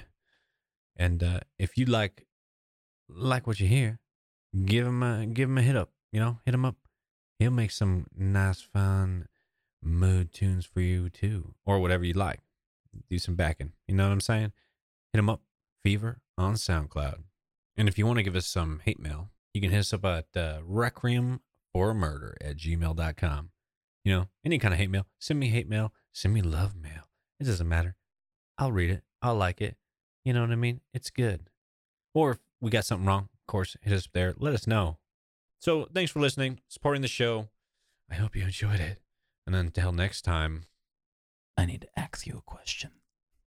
And uh, if you like like what you hear, give him a give him a hit up. You know, hit him up. He'll make some nice, fun mood tunes for you too, or whatever you like. Do some backing. You know what I'm saying? Hit him up. Fever on SoundCloud. And if you want to give us some hate mail, you can hit us up at uh, requiem for murder at gmail.com. You know, any kind of hate mail, send me hate mail, send me love mail. It doesn't matter. I'll read it. I'll like it. You know what I mean? It's good. Or if we got something wrong, of course, hit us up there. Let us know. So thanks for listening, supporting the show. I hope you enjoyed it. And until next time.
I need to ask you a question.